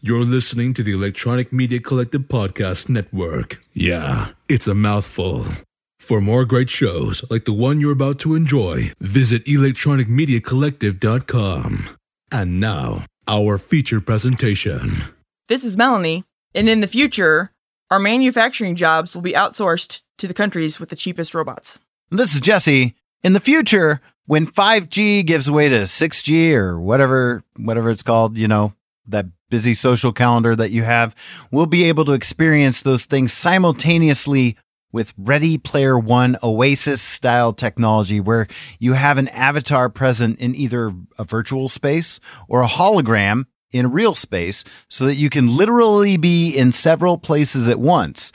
You're listening to the Electronic Media Collective Podcast Network. Yeah, it's a mouthful. For more great shows like the one you're about to enjoy, visit electronicmediacollective.com. And now, our feature presentation. This is Melanie, and in the future, our manufacturing jobs will be outsourced to the countries with the cheapest robots. This is Jesse. In the future, when 5G gives way to 6G or whatever whatever it's called, you know, that busy social calendar that you have, we'll be able to experience those things simultaneously with Ready Player One Oasis style technology where you have an avatar present in either a virtual space or a hologram in real space so that you can literally be in several places at once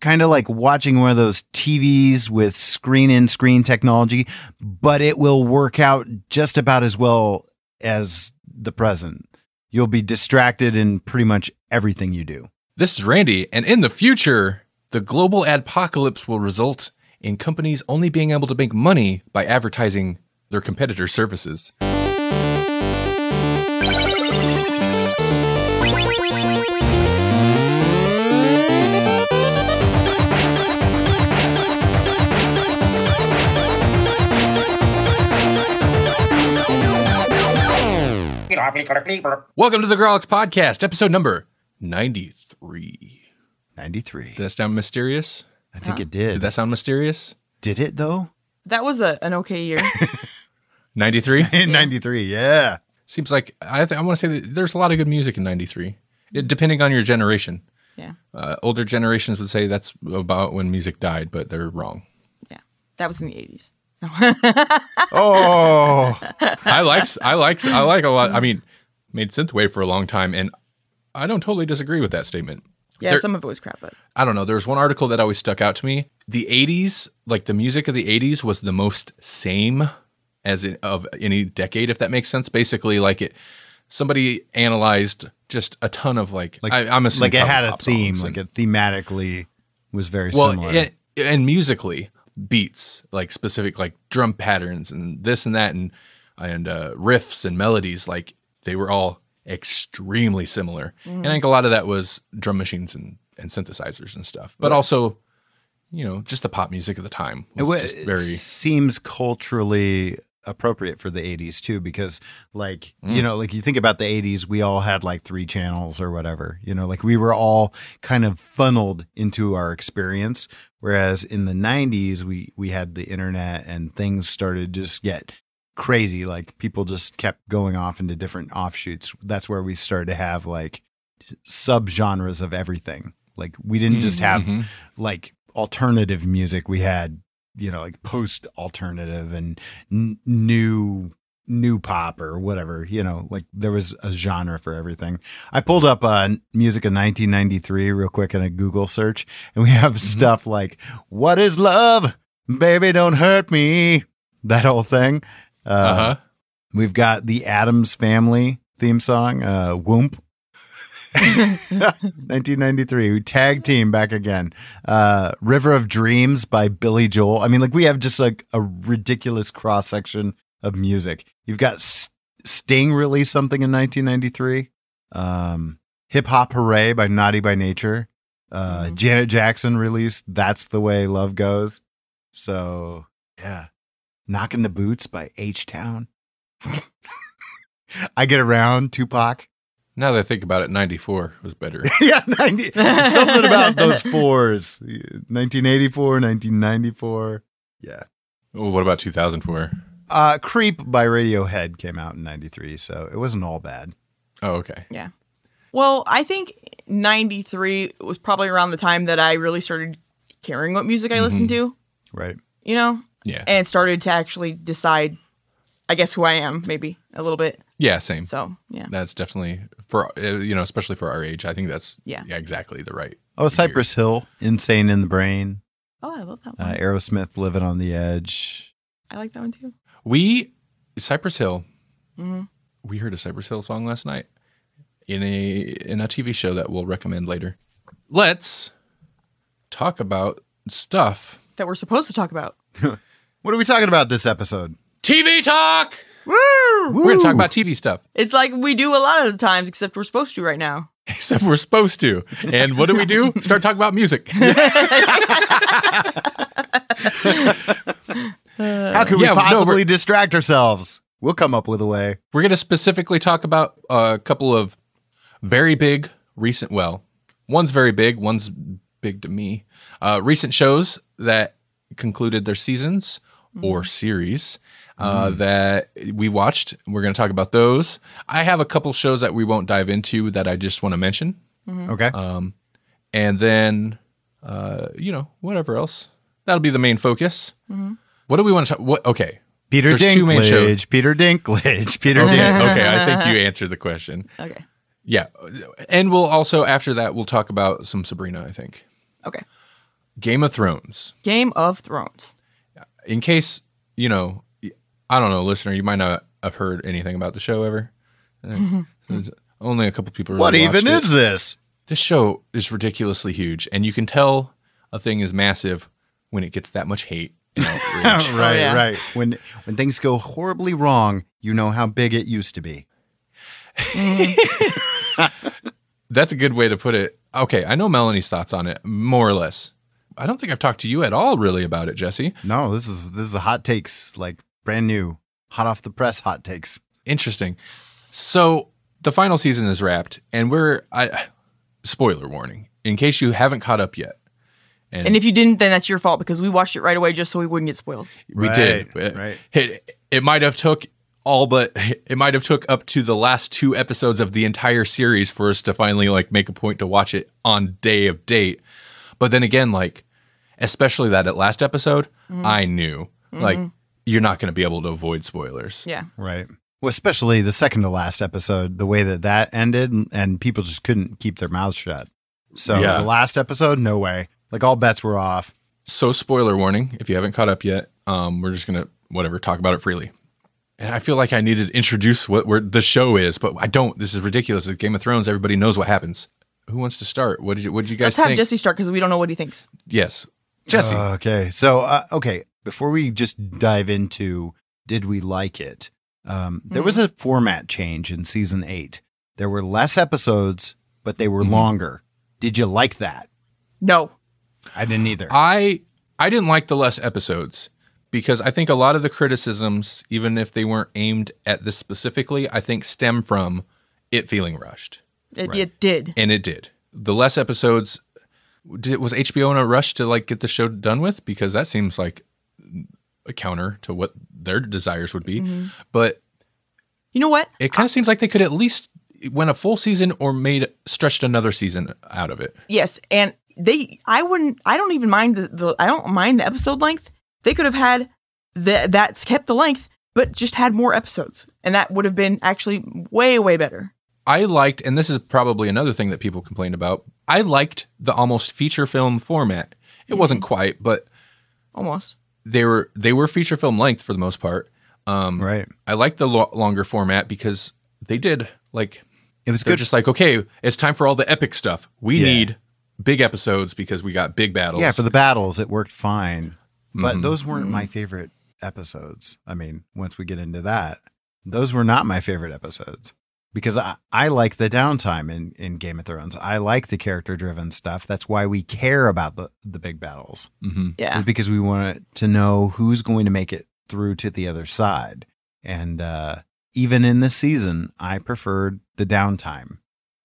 kind of like watching one of those TVs with screen in screen technology, but it will work out just about as well as the present. You'll be distracted in pretty much everything you do. This is Randy, and in the future, the global apocalypse will result in companies only being able to make money by advertising their competitor services. Welcome to the Grolix Podcast, episode number 93. 93. Did that sound mysterious? I think it Did did. that sound mysterious? Did it though? That was a, an okay year. 93? In 93, yeah. Seems like, I, th- I want to say that there's a lot of good music in 93, it, depending on your generation. Yeah. Uh, older generations would say that's about when music died, but they're wrong. that was in the 80s. Oh, I like, I like, I like a lot. I mean, made synthwave for a long time, and I don't totally disagree with that statement. Yeah, There- some of it was crap, but I don't know. There was one article that always stuck out to me. The 80s, like the music of the 80s was the most same as in, of any decade, if that makes sense. Basically, like it, somebody analyzed just a ton of like, Like- I, I'm assuming like it probably had a pop theme, songs like and- it thematically was very well, similar. and, and musically beats, like specific like drum patterns and this and that and and uh, riffs and melodies, like they were all extremely similar. And I think a lot of that was drum machines and and synthesizers and stuff, but also, you know, just the pop music of the time was wa- just very. seems culturally appropriate for the 80s too because like Mm. you know like you think about the 80s we all had like three channels or whatever you know like we were all kind of funneled into our experience whereas in the 90s we we had the internet and things started to just get crazy like people just kept going off into different offshoots that's where we started to have like subgenres of everything like we didn't just have Mhm. like alternative music we had you know like post alternative and n- new new pop or whatever you know like there was a genre for everything i pulled up uh music of 1993 real quick in a google search and we have stuff like what is love baby don't hurt me that whole thing uh Uh-huh. we've got the adams family theme song uh whoomp 1993 we tag team back again uh river of dreams by billy joel i mean like we have just like a ridiculous cross section of music you've got S- sting released something in 1993 um hip hop hooray by naughty by nature uh Mhm. janet jackson released that's the way love goes so yeah knocking the boots by h town i get around tupac Now that I think about it, 94 was better. yeah, 90, something about those fours. 1984, 1994. Yeah. well, what about 2004? Uh, Creep by Radiohead came out in 93, so it wasn't all bad. Oh, okay. well, I think 93 was probably around the time that I really started caring what music I listened Mm-hmm. to, Right. you know, Yeah. and started to actually decide, I guess, who I am, maybe a little bit. Yeah, same. So, yeah. That's definitely for uh, you know, especially for our age. I think that's Yeah. exactly the right. Oh, Cypress Hill, Insane in the Brain, Oh, I love that one. Mm-hmm. uh, Aerosmith, Living on the Edge. I like that one too. We Cypress Hill. Mhm. We heard a Cypress Hill song last night in a in a TV show that we'll recommend later. Let's talk about stuff. That we're supposed to talk about. What are we talking about this episode? TV talk. Woo! We're gonna talk Woo! about TV stuff. It's like we do a lot of the times, except we're supposed to right now. Except we're supposed to. And what do we do? Start talking about music. How could we yeah, no, possibly we're- distract ourselves? We'll come up with a way. We're going to specifically talk about uh, a couple of very big recent, well, one's very big, one's big to me, uh, recent shows that concluded their seasons or series uh, that we watched. We're going to talk about those. I have a couple shows that we won't dive into that I just want to mention. Okay. Uh, And then, uh, you know, whatever else. That'll be the main focus. What do we want to talk? What, okay. Peter there's two main shows. Dinklage. Peter Dinklage. Peter Okay, Dinklage. okay, I think you answered the question. Okay. Yeah. And we'll also, after that, we'll talk about some Sabrina, I think. Okay. Game of Thrones. Game of Thrones. In case, you know, I don't know, listener, you might not have heard anything about the show ever. Uh, there's Only a couple people. Really What even watched is this? this show is ridiculously huge, and you can tell a thing is massive when it gets that much hate. and outrage. right, yeah. right. When when things go horribly wrong, you know how big it used to be. That's a good way to put it. Okay, I know Melanie's thoughts on it, more or less. I don't think I've talked to you at all really about it, Jesse. No, this is this is a hot takes, like brand new, hot off the press hot takes. Interesting. So the final season is wrapped, and we're I spoiler warning in case you haven't caught up yet. And if you didn't, then that's your fault because we watched it right away just so we wouldn't get spoiled. we Right, did It- right. It, it might have took all but it might have took up to the last two episodes of the entire series for us to finally like make a point to watch it on day of date. But then again, like especially that at last episode, Mm-hmm. I knew like you're not going to be able to avoid spoilers. Yeah. Right. Well, especially the second to last episode, the way that that ended, and- and people just couldn't keep their mouths shut. So Yeah. the last episode, no way. Like all bets were off. so spoiler warning if you haven't caught up yet um we're just gonna whatever talk about it freely and i feel like i needed to introduce what where the show is but i don't this is ridiculous it's game of thrones everybody knows what happens who wants to start what did you what did you guys Let's have think Jesse start because we don't know what he thinks. yes jesse Uh, okay. So, uh, okay, before we just dive into did we like it, um, there was a format change in season eight. There were less episodes, but they were longer. Did you like that? No. I didn't either. i i didn't like the less episodes because i think a lot of the criticisms even if they weren't aimed at this specifically i think stem from it feeling rushed It, it did. and it did. The less episodes, did, was HBO in a rush to like get the show done with because that seems like a counter to what their desires would be. But You know what? it kind of seems like they could at least went a full season or made stretched another season out of it. Yes, and they I wouldn't I don't even mind the, the I don't mind the episode length. They could have had the, that's kept the length, but just had more episodes, and that would have been actually way way better. I liked, and this is probably another thing that people complained about. I liked the almost feature film format. It wasn't quite, but Almost. they were they were feature film length for the most part. Um, right. I liked the lo- longer format because they did like It was They're good. just like, okay, it's time for all the epic stuff. We Yeah. need big episodes because we got big battles. yeah, for the battles, it worked fine. But those weren't my favorite episodes. I mean, once we get into that, those were not my favorite episodes because I, I like the downtime in, in Game of Thrones. I like the character driven stuff. That's why we care about the, the big battles, hmm Yeah. is because we want to know who's going to make it through to the other side. And uh, even in this season, I preferred the downtime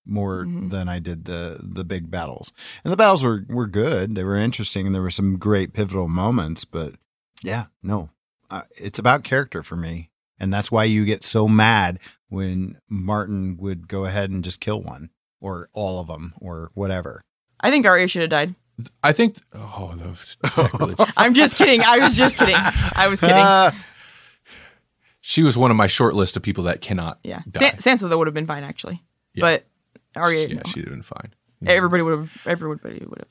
more Mhm. than I did the the big battles. And the battles were were good. They were interesting, and there were some great pivotal moments. But yeah, no, uh, it's about character for me, and that's why you get so mad when Martin would go ahead and just kill one or all of them or whatever. I think Arya should have died. I think. Oh, those sacrilege. I'm just kidding. I was just kidding. I was kidding. Ah, she was one of my short list of people that cannot. yeah. die. San- Sansa though would have been fine actually, Yeah. but Arya. yeah, she did fine. Everybody would have. Everybody would have.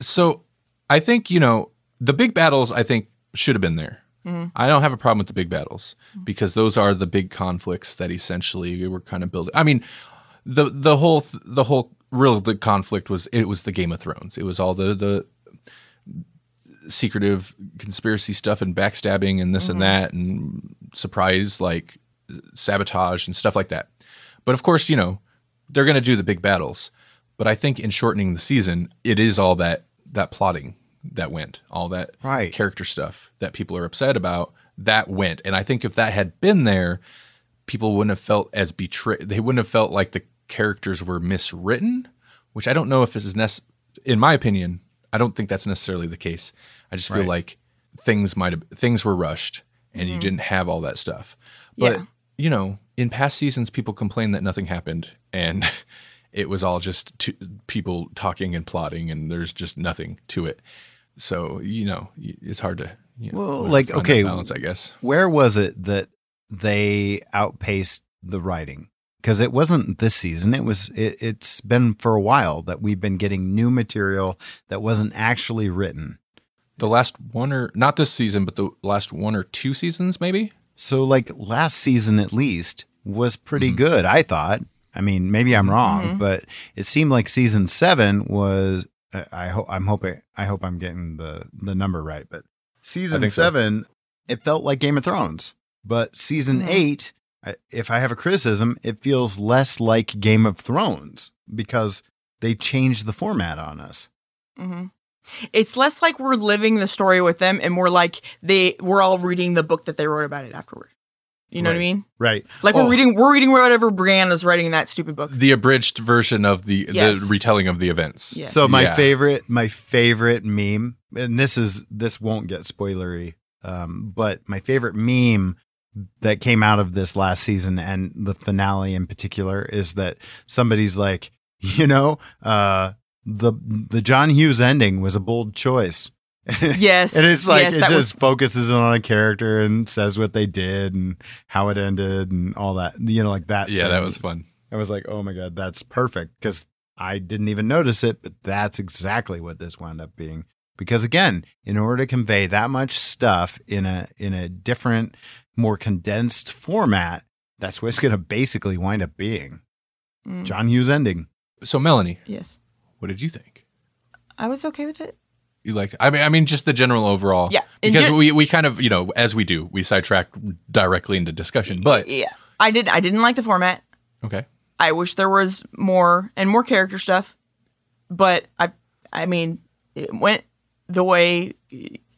So I think you know the big battles. I think should have been there. Mm-hmm. I don't have a problem with the big battles because those are the big conflicts that essentially we were kind of building. I mean, the the whole th- the whole real the conflict was it was the Game of Thrones. It was all the the secretive conspiracy stuff and backstabbing and this and that and surprise like sabotage and stuff like that. But of course, you know, they're going to do the big battles. But I think in shortening the season, it is all that that plotting that went, all that Right. character stuff that people are upset about that went. And I think if that had been there, people wouldn't have felt as betrayed. They wouldn't have felt like the characters were miswritten, which I don't know if this is nec- in my opinion. I don't think that's necessarily the case. I just feel Right. Mm-hmm. like things might have things were rushed and you didn't have all that stuff. But Yeah. you know, in past seasons, people complained that nothing happened and it was all just t- people talking and plotting, and there's just nothing to it. So you know, y- it's hard to you know, Well, find like, that okay, balance, I guess. Where was it that they outpaced the writing? Because it wasn't this season. It was. It, it's been for a while that we've been getting new material that wasn't actually written. The last one or not this season, but the last one or two seasons, maybe. So, like last season at least was pretty good, I thought. I mean, maybe I'm wrong, but it seemed like season seven was. I- I hope I'm hoping. I hope I'm getting the the number right, but season think so. seven, it felt like Game of Thrones. But season Mhm. eight, I- if I have a criticism, it feels less like Game of Thrones because they changed the format on us. Mm-hmm. hmm It's less like we're living the story with them and more like they we're all reading the book that they wrote about it afterward. You know what I Right. mean? Right. Like Oh. we're reading we're reading whatever Brianna's writing in that stupid book. The abridged version of the Yes. the retelling of the events. Yes. So my Yeah. favorite, my favorite meme, and this is this won't get spoilery, um, but my favorite meme that came out of this last season and the finale in particular is that somebody's like, you know, uh, the the John Hughes ending was a bold choice. Yes. And it's like yes, it that just was- focuses on a character and says what they did and how it ended and all that. You know, like that. yeah, that thing. was fun. I was like, oh my God, that's perfect. Because I didn't even notice it, but that's exactly what this wound up being. Because again, in order to convey that much stuff in a in a different, more condensed format, that's what it's gonna basically wind up being. Mm, John Hughes ending. So Melanie, yes. what did you think? I was okay with it. You liked? I mean, I mean, just the general overall. Yeah. In Because gen- we we kind of you know as we do we sidetrack directly into discussion, but Yeah. I did I didn't like the format. okay. I wish there was more and more character stuff, but I, I mean, it went the way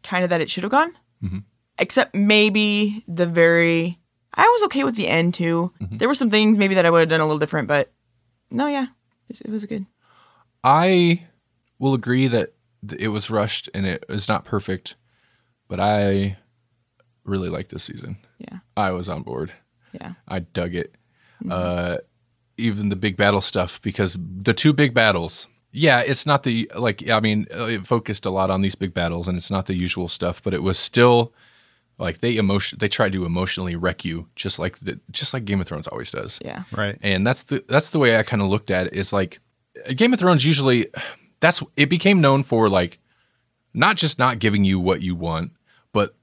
kind of that it should have gone. Mhm. Except maybe the very. I was okay with the end too. There were some things maybe that I would have done a little different, but no, yeah, it, it was good. I will agree that th- it was rushed and it is not perfect, but I really like this season. Yeah. I was on board. Yeah. I dug it. Uh, even the big battle stuff because the two big battles. Yeah, it's not the like. I mean, uh, it focused a lot on these big battles, and it's not the usual stuff, but it was still like they emotion. They tried to emotionally wreck you, just like the, just like Game of Thrones always does Yeah. Right. and that's the that's the way I kind of looked at it. Is like Game of Thrones usually that's it became known for like not just not giving you what you want, but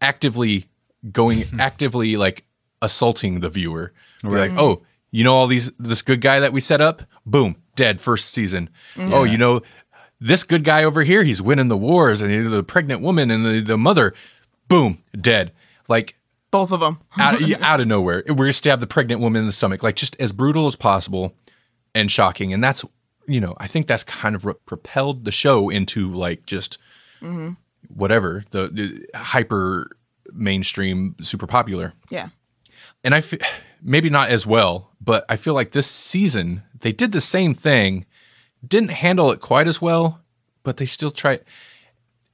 actively going actively like assaulting the viewer. Be Like, oh, you know all these this good guy that we set up, boom, dead first season. Oh, you know this good guy over here, he's winning the wars, and the pregnant woman and the, the mother, boom, dead. Like Both of them. out of, out of nowhere. We're gonna stab the pregnant woman in the stomach, like just as brutal as possible and shocking. And that's you know, I think that's kind of what propelled the show into like just whatever the, the hyper mainstream, super popular. Yeah. And I f- maybe not as well, but I feel like this season they did the same thing, didn't handle it quite as well, but they still tried.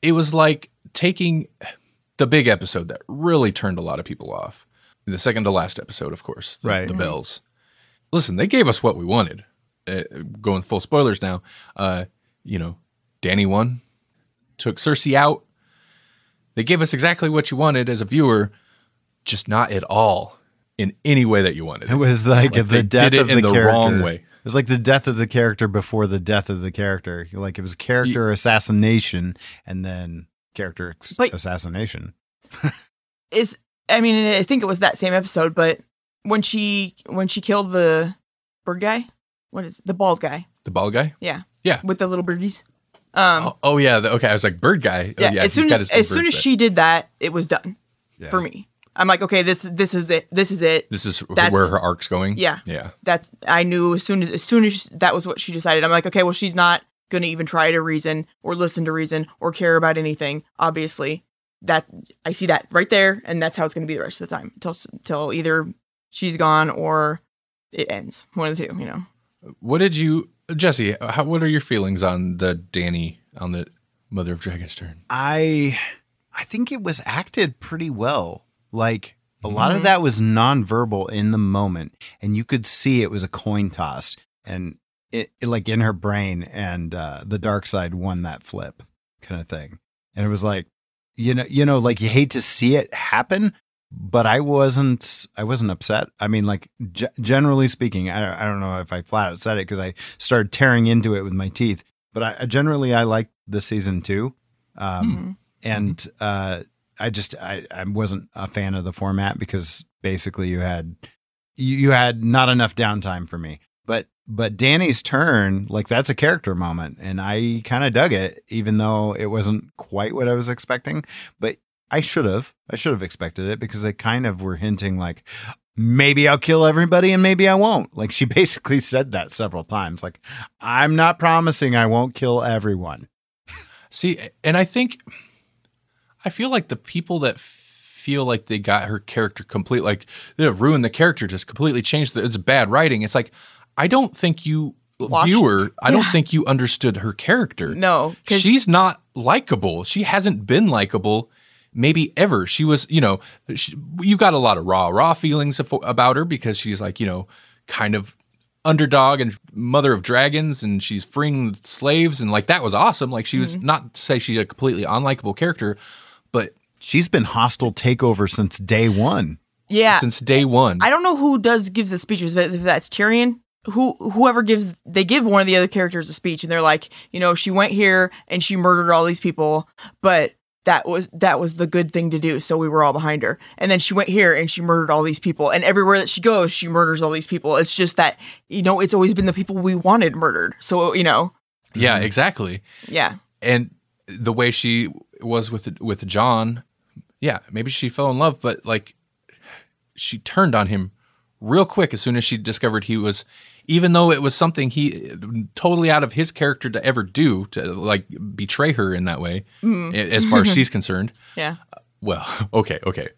It was like taking the big episode that really turned a lot of people off. The second to last episode, of course, the, Right. the bells. Listen, they gave us what we wanted. Uh, going full spoilers now. Uh, you know, Danny won, took Cersei out. They gave us exactly what you wanted as a viewer, just not at all in any way that you wanted. It was like, Like, they the death did it of the, in the character. wrong way. It was like the death of the character before the death of the character. Like it was character assassination and then character ex- But- assassination. is I mean I think it was that same episode, but when she when she killed the bird guy, what is it? the bald guy? The bald guy? Yeah. Yeah. With the little birdies. Um. oh, oh, yeah. the- okay, I was like bird guy. Oh, yeah, as he's soon got as his as soon bird as set. she did that, it was done Yeah. for me. I'm like, okay, this this is it. This is it. This is That's- where her arc's going. Yeah. Yeah. That's I knew as soon as as soon as she- that was what she decided. I'm like, okay, well, she's not going to even try to reason or listen to reason or care about anything. Obviously, that I see that right there, and that's how it's going to be the rest of the time until till either she's gone or it ends. One of the two, you know. What did you, Jesse? How, what are your feelings on the Danny on the Mother of Dragons turn? I I think it was acted pretty well. Like a lot of that was nonverbal in the moment, and you could see it was a coin toss, and it, it, like in her brain, and uh, the dark side won that flip kind of thing. And it was like, you know, you know, like you hate to see it happen, but I wasn't, I wasn't upset. I mean, like ge- generally speaking, I don't, I don't know if I flat out said it because I started tearing into it with my teeth. But I I generally I liked the season two. Um, Mhm. and uh, I just I, I wasn't a fan of the format because basically you had you, you had not enough downtime for me. But but Danny's turn like that's a character moment, and I kind of dug it, even though it wasn't quite what I was expecting. But I should have I should have expected it because they kind of were hinting like. Maybe I'll kill everybody and maybe I won't. Like she basically said that several times. Like, I'm not promising I won't kill everyone. See, and I think I feel like the people that feel like they got her character complete, like they ruined the character, just completely changed. The, it's bad writing. It's like I don't think you Watched. viewer, I don't Yeah. think you understood her character. Mm-hmm. No, 'cause- she's not likable. She hasn't been likable maybe ever. She was, you know, she, you got a lot of raw, raw feelings af- about her because she's like, you know, kind of underdog and mother of dragons and she's freeing slaves and like that was awesome. Like she was Mm-hmm. not to say she's a completely unlikable character, but She's been hostile takeover since day one. yeah. since day one, I don't know who does gives the speeches, but if that's Tyrion, who whoever gives they give one of the other characters a speech, and they're like, you know, she went here and she murdered all these people, but that was that was the good thing to do, so we were all behind her. And then she went here and she murdered all these people, and everywhere that she goes, she murders all these people. It's just that you know, it's always been the people we wanted murdered. So you know, yeah, exactly. yeah, and the way she was with with John, yeah, maybe she fell in love, but like she turned on him real quick as soon as she discovered he was even though it was something he totally out of his character to ever do to like betray her in that way Mm-hmm. a- as far as she's concerned yeah, well okay okay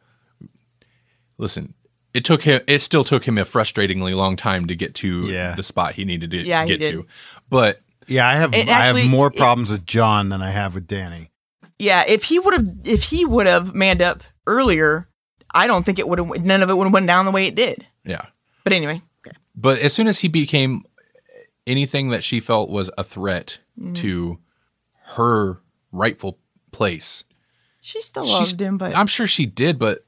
listen it took him it still took him a frustratingly long time to get to Yeah. the spot he needed to Yeah, he get did. to but Yeah, I have It I actually- have more it- problems with John than I have with Danny. yeah. If he would have, if he would have manned up earlier, I don't think it would have. None of it would have went down the way it did. yeah But anyway, But as soon as he became anything that she felt was a threat Mm. to her rightful place, She still She's- loved him, but I'm sure she did, but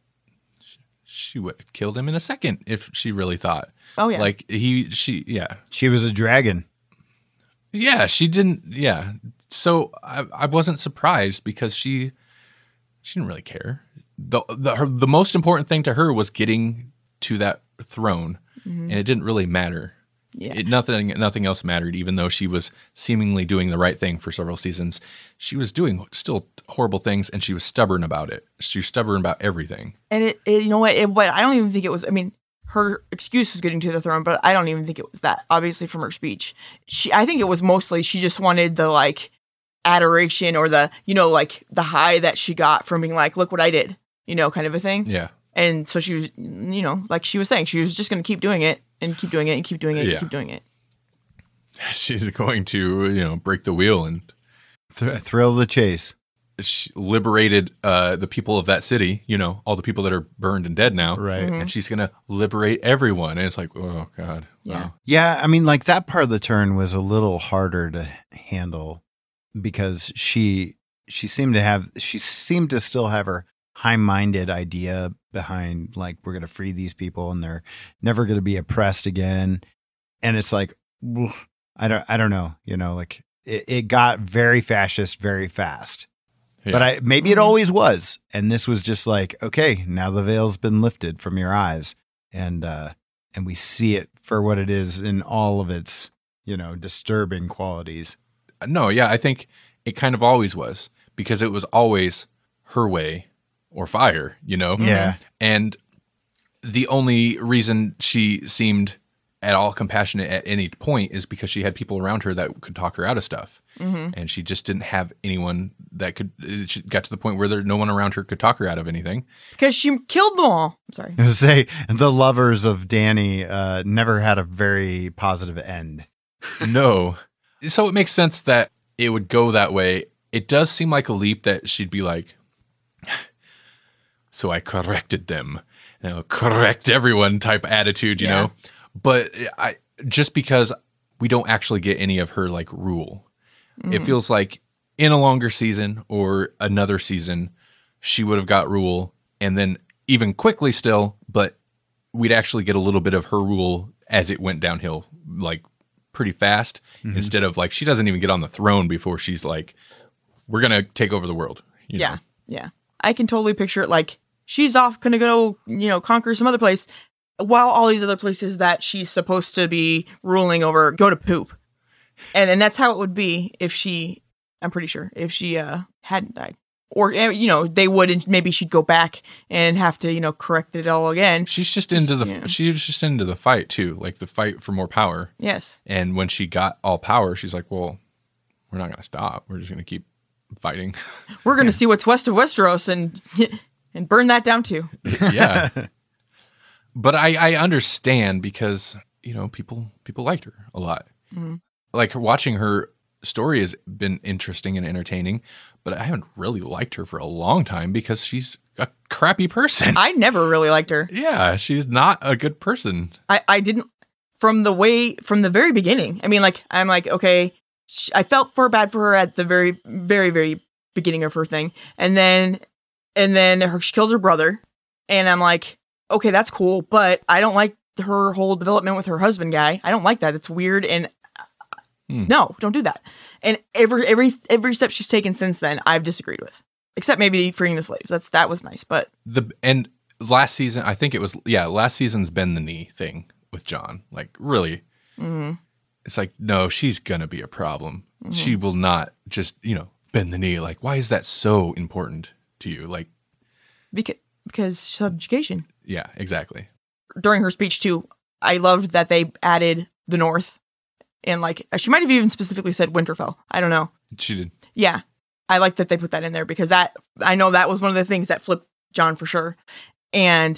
sh- she would have killed him in a second if she really thought. oh yeah, Like he, she, yeah, She was a dragon. yeah, she didn't, yeah. So I, I wasn't surprised because she, she didn't really care. the the her, The most important thing to her was getting to that throne, and it didn't really matter. yeah, it, nothing nothing else mattered even though she was seemingly doing the right thing for several seasons she was doing still horrible things and she was stubborn about it she was stubborn about everything and it, it you know what? It, what I don't even think it was. I mean, her excuse was getting to the throne, but I don't even think it was that. Obviously, from her speech, she I think it was mostly she just wanted the like adoration or the you know like the high that she got from being like, look what I did, you know, kind of a thing. yeah And so she was, you know, like she was saying, she was just going to keep doing it and keep doing it and keep doing it Yeah. and keep doing it. she's going to you know break the wheel and Thr- thrill of the chase. she liberated uh, the people of that city you know all the people that are burned and dead now Mm-hmm. Right. and she's gonna liberate everyone and it's like oh god Yeah. wow. Yeah, I mean like that part of the turn was a little harder to handle because she she seemed to have she seemed to still have her high-minded idea behind like we're going to free these people and they're never going to be oppressed again. And it's like woof, I don't I don't know, you know, like it, it got very fascist very fast. Yeah. But I maybe it Mhm. always was, and this was just like, okay, now the veil's been lifted from your eyes, and uh, and we see it for what it is in all of its you know disturbing qualities. no yeah i think it kind of always was because it was always her way or fire, you know? Yeah. And the only reason she seemed at all compassionate at any point is because she had people around her that could talk her out of stuff. Mm-hmm. And she just didn't have anyone that could, uh, she got to the point where there, no one around her could talk her out of anything. because she killed them all. I'm sorry. I was gonna say the lovers of Danny uh, never had a very positive end. no. So it makes sense that it would go that way. It does seem like a leap that she'd be like, so I corrected them. You know, correct everyone type attitude, you Yeah. know? But I just because we don't actually get any of her like rule. It feels like in a longer season or another season, she would have got rule and then even quickly still, but we'd actually get a little bit of her rule as it went downhill, like pretty fast, instead of like she doesn't even get on the throne before she's like, we're going to take over the world. you yeah, know? yeah. I can totally picture it. Like she's off, gonna go, you know, conquer some other place, while all these other places that she's supposed to be ruling over go to poop, and and that's how it would be if she. I'm pretty sure if she uh hadn't died, or eh, you know, they would, and maybe she'd go back and have to, you know, correct it all again. She's just into the Yeah. she was just into the fight too, like the fight for more power. Yes, And when she got all power, she's like, "Well, we're not going to stop. We're just going to keep fighting." we're gonna see what's west of Westeros and and burn that down too. yeah. But I I understand because, you know, people people liked her a lot. Like watching her story has been interesting and entertaining, but I haven't really liked her for a long time because she's a crappy person. I never really liked her. yeah, she's not a good person. I, I didn't from the way from the very beginning. I mean, like I'm like okay, sh I felt for bad for her at the very very very beginning of her thing, and then and then her, she kills her brother, and I'm like okay that's cool, but I don't like her whole development with her husband guy. I don't like that. It's weird and. Hmm. No, don't do that. And every every every step she's taken since then, I've disagreed with, except maybe freeing the slaves. That's that was nice, but the and last season i think it was yeah last season's bend the knee thing with john like really mm, it's like no she's gonna be a problem she Mm-hmm. will not just you know bend the knee like why is that so important to you like because because subjugation. yeah exactly during her speech too. I loved that they added the North, and like she might have even specifically said Winterfell. I don't know. she did Yeah, I like that they put that in there because that I know that was one of the things that flipped John for sure, and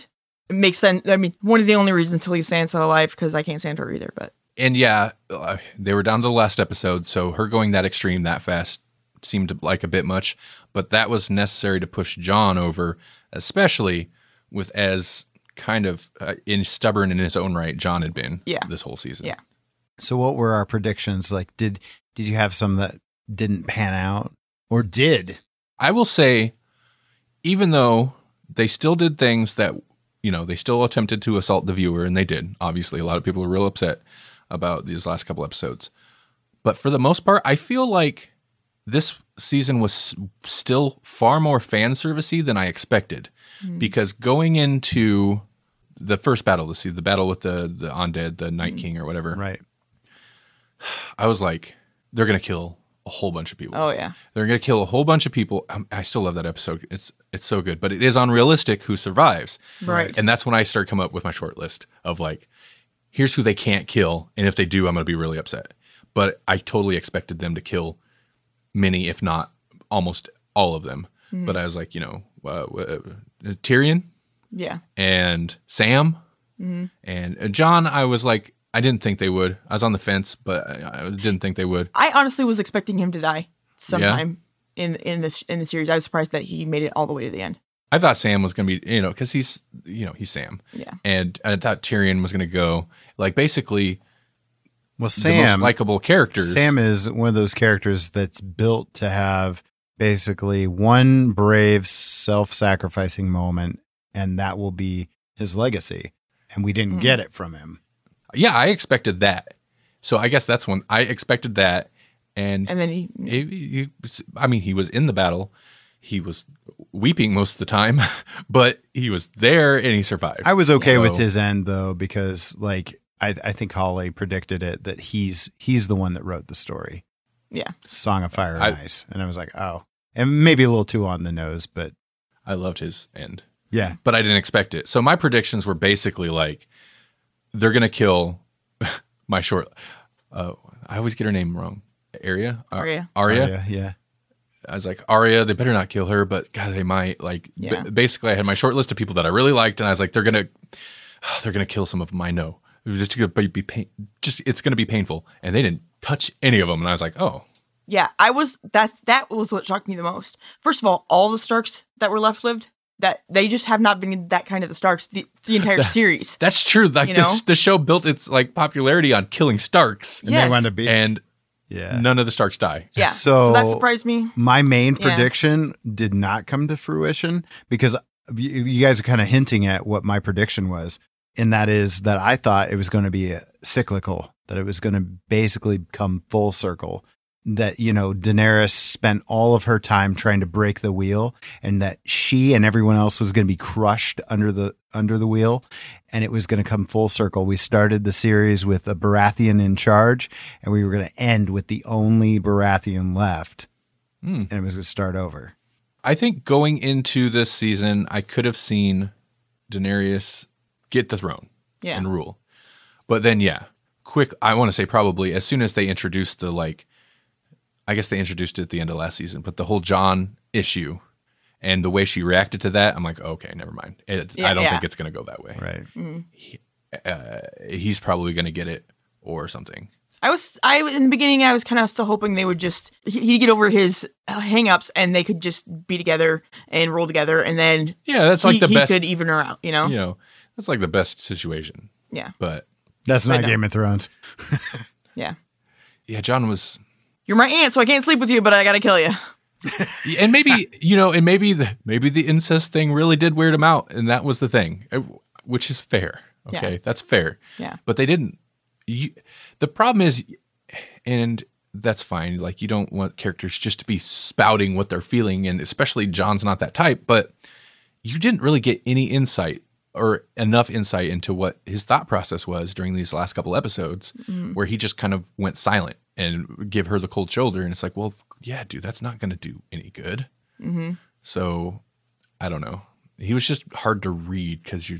it makes sense. I mean, one of the only reasons to leave Sansa alive because I can't stand her either. But and yeah uh, they were down to the last episode so her going that extreme that fast seemed like a bit much but that was necessary to push john over especially with as kind of uh, in stubborn in his own right john had been Yeah. this whole season Yeah. So what were our predictions? Like did did you have some that didn't pan out or did? I will say, even though they still did things that, you know, they still attempted to assault the viewer, and they did. Obviously, a lot of people are real upset about these last couple episodes. But for the most part, I feel like this season was s- still far more fan servicey than I expected, because going into the first battle, the the battle with the the undead, the Night King or whatever, Right. I was like, they're gonna kill a whole bunch of people. oh yeah, They're going to kill a whole bunch of people. Um, I still love that episode. It's it's so good, but it is unrealistic who survives. Right. And that's when I start coming up with my short list of like, here's who they can't kill, and if they do, I'm going to be really upset. But I totally expected them to kill many, if not almost all of them. But I was like, you know, uh, uh, Tyrion yeah, and Sam and uh, John. I was like, I didn't think they would. I was on the fence, but I, I didn't think they would. I honestly was expecting him to die sometime in in this in the series. I was surprised that he made it all the way to the end. I thought Sam was going to be, you know, because he's, you know, he's Sam. Yeah. And I thought Tyrion was going to go, like, basically Well the Sam most likable characters. Sam is one of those characters that's built to have basically one brave self-sacrificing moment and that will be his legacy. And we didn't Mhm. get it from him. Yeah, I expected that. So I guess that's when I expected that. And, And then he, it- you, I mean, he was in the battle. He was weeping most of the time, but he was there and he survived. I was okay with So- his end though because like I, I think Holly predicted it that he's he's the one that wrote the story. Yeah. Song of Fire and I- Ice, and I was like, oh, and maybe a little too on the nose, but I loved his end, Yeah. but I didn't expect it. So my predictions were basically like they're going to kill my short. Uh, I always get her name wrong. Aria? Ar- Aria. Aria. Yeah. Yeah. I was like, Aria, they better not kill her, but God, they might. Like, b- Yeah. basically, I had my short list of people that I really liked, and I was like, they're gonna, they're gonna kill some of them. I know. It was just gonna be, be pain. Just it's gonna be painful, and they didn't touch any of them. And I was like, oh, Yeah, I was. That's that was what shocked me the most. First of all, all the Starks that were left lived. That they just have not been that kind of the Starks the, the entire series. that's true. Like You this, know? the show built its like popularity on killing Starks, And Yes. they wound up being. and yeah. none of the Starks die. Yeah, so, that So- surprised me. My main Yeah. prediction did not come to fruition because you you guys are kind of hinting at what my prediction was. And that is that I thought it was going to be a cyclical, that it was going to basically come full circle. That, you know, Daenerys spent all of her time trying to break the wheel and that she and everyone else was going to be crushed under the under the wheel and it was going to come full circle. We started the series with a Baratheon in charge, and we were going to end with the only Baratheon left, Hmm. and it was going to start over. I think going into this season, I could have seen Daenerys get the throne. Yeah, and rule. But then, yeah, quick. I want to say probably as soon as they introduced the like, I guess they introduced it at the end of last season, but the whole John issue and the way she reacted to that, I'm like, okay, never mind. It, I Yeah, don't yeah. think it's gonna go that way. Right. Uh, he's probably gonna get it or something. I was. I in the beginning, I was kind of still hoping they would just he- he'd get over his uh, hangups and they could just be together and roll together, and then Yeah, that's like he, the he best. could even her out. You know. you know, that's like the best situation. Yeah. But That's not know. Game of Thrones. Yeah. yeah, John was You're my aunt, so I can't sleep with you, but I gotta kill you. Yeah, and maybe you know, and maybe the maybe the incest thing really did weird him out, and that was the thing, eh, which is fair. Yeah. Okay, that's fair. Yeah. but they didn't. You, the problem is, and that's fine. Like you don't want characters just to be spouting what they're feeling, and especially John's not that type. But you didn't really get any insight or enough insight into what his thought process was during these last couple episodes where he just kind of went silent and give her the cold shoulder and it's like well yeah dude that's not going to do any good hmm so I don't know. He was just hard to read because you're,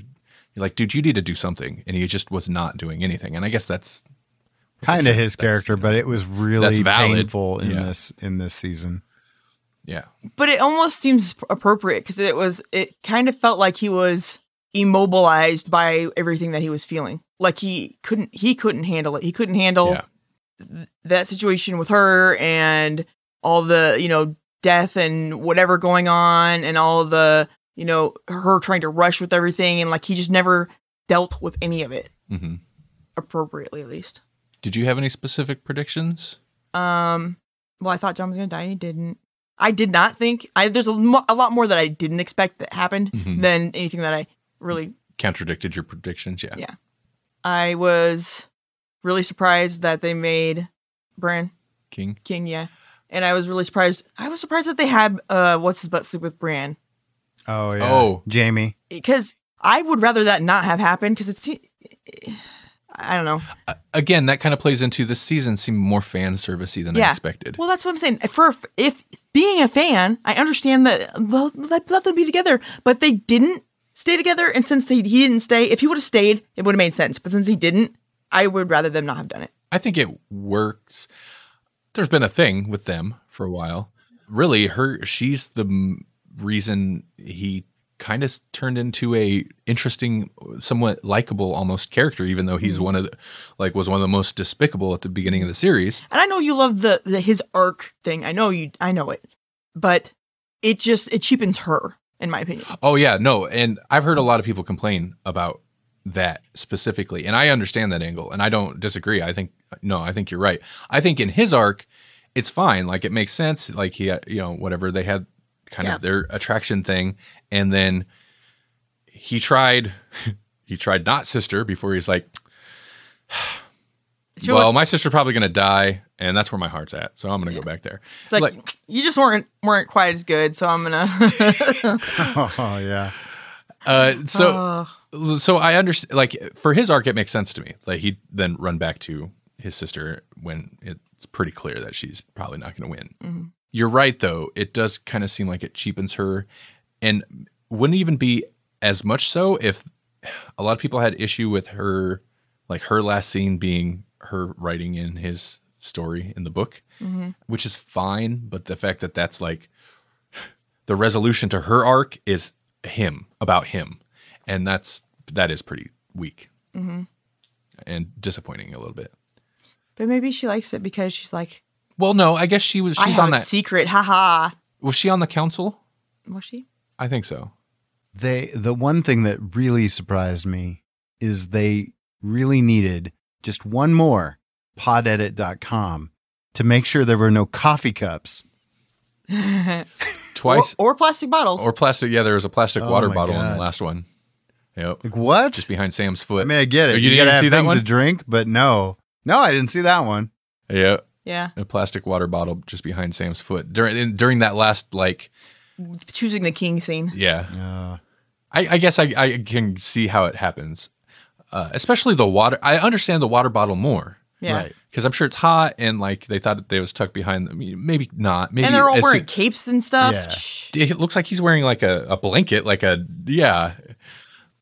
you're like, dude, you need to do something, and he just was not doing anything. And I guess that's Kind of his That's- character, but it was really valid. painful in Yeah. this in this season. yeah, but it almost seems p- appropriate because it was it kind of felt like he was immobilized by everything that he was feeling like he couldn't he couldn't handle it he couldn't handle yeah, that situation with her and all the you know death and whatever going on and all the you know her trying to rush with everything and like he just never dealt with any of it hmm appropriately at least Did you have any specific predictions? um well i thought john was gonna die and he didn't i did not think i there's a, mo- a lot more that i didn't expect that happened Mhm. than anything that i really Contradicted your predictions? Yeah, Yeah. I was really surprised that they made Bran King. King, yeah. And I was really surprised. I was surprised that they had uh what's his butt sleep with Bran Oh yeah. Oh. Jamie. because I would rather that not have happened because it's I don't know. Uh, again, that kind of plays into this season seemed more fan servicey than I Yeah. expected. Well, that's what I'm saying. For if, being a fan, I understand that well, let, let them be together, but they didn't stay together. And since they, he didn't stay, if he would have stayed, it would have made sense. But since he didn't, I would rather them not have done it. I think it works. There's been a thing with them for a while. Really, her she's the m- reason he kind of turned into a interesting, somewhat likable almost character, even though he's one of the, like was one of the most despicable at the beginning of the series. And I know you love the, the his arc thing. I know you. I know it, but it just it cheapens her, in my opinion. Oh yeah, no, and I've heard a lot of people complain about that specifically, and I understand that angle, and I don't disagree. I think no, I think you're right. I think in his arc, it's fine. Like it makes sense. Like he, you know, whatever they had, kind Yeah. of their attraction thing, and then he tried, he tried not sister before he's like, She well, was- my sister's probably gonna die, and that's where my heart's at, so I'm gonna go back there. it's like, like- you just weren't weren't quite as good. So I'm gonna. oh yeah. Uh, so. Ugh. so I understand. Like for his arc, it makes sense to me. Like he then run back to his sister when it's pretty clear that she's probably not going to win. Mhm. You're right, though. It does kind of seem like it cheapens her, and wouldn't even be as much so if a lot of people had issue with her like her last scene being her writing in his story in the book hmm which is fine but the fact that that's like the resolution to her arc is him about him and that's that is pretty weak hmm and disappointing a little bit But maybe she likes it because she's like, well no i guess she was I she's have on a that secret. Ha ha. was she on the council Was she? i think so They the one thing that really surprised me is they really needed just one more podedit.com to make sure there were no coffee cups. or, twice or plastic bottles. or, plastic yeah there was a plastic Oh water my bottle in God. the last one yep Like what? just behind sam's foot I mean, I get Oh, it. You, you didn't gotta even have see that things one? to drink, but no, no, I didn't see that one. yeah yeah. a plastic water bottle just behind Sam's foot during in- during that last like Choosing the king scene. yeah. Yeah. I, I guess I, I can see how it happens, uh, especially the water. I understand the water bottle more Yeah. Right. because I'm sure it's hot and like they thought they was tucked behind. I mean, maybe not. Maybe and they're all as wearing soon- capes and stuff. Yeah. Shh. it looks like he's wearing like a, a blanket, like a yeah.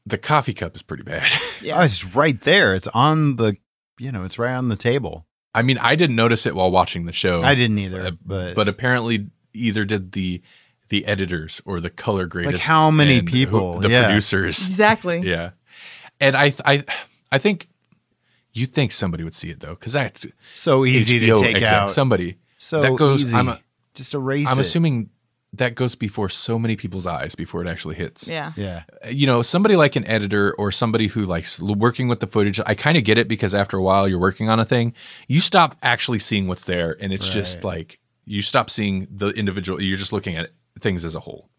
The coffee cup is pretty bad. Yeah. Oh, it's right there. It's on the, you know, it's right on the table. I mean, I didn't notice it while watching the show. I didn't either, uh, but, but apparently either did the the editors or the color gradists. how many and who- people? the Yeah. producers. Exactly. yeah and i i i think you think somebody would see it though because that's so easy HBO to take exec- out. somebody so that goes- easy. I'm a- just erase i'm it. assuming that goes before so many people's eyes before it actually hits Yeah. Yeah. you know somebody like an editor or somebody who likes l- working with the footage i kind of get it because after a while you're working on a thing you stop actually seeing what's there and it's just Right. like you stop seeing the individual you're just looking at things as a whole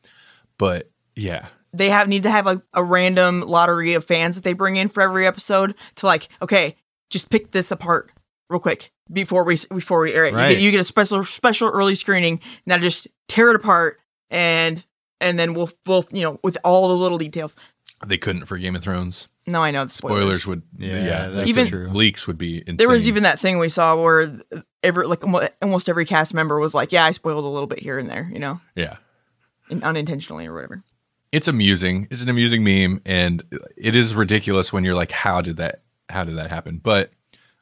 but yeah They have need to have like a random lottery of fans that they bring in for every episode to like, okay, just pick this apart real quick before we before we air it. You, Right. get, you get a special special early screening. Now just tear it apart and and then we'll we'll you know with all the little details. they couldn't for game of thrones No, I know the spoilers, would yeah, Yeah, that's Even- true. leaks would be insane. There was even that thing we saw where every like almo- almost every cast member was like, "Yeah, I spoiled a little bit here and there," you know, yeah in, unintentionally or whatever. it's amusing it's an amusing meme and it is ridiculous when you're like how did that how did that happen but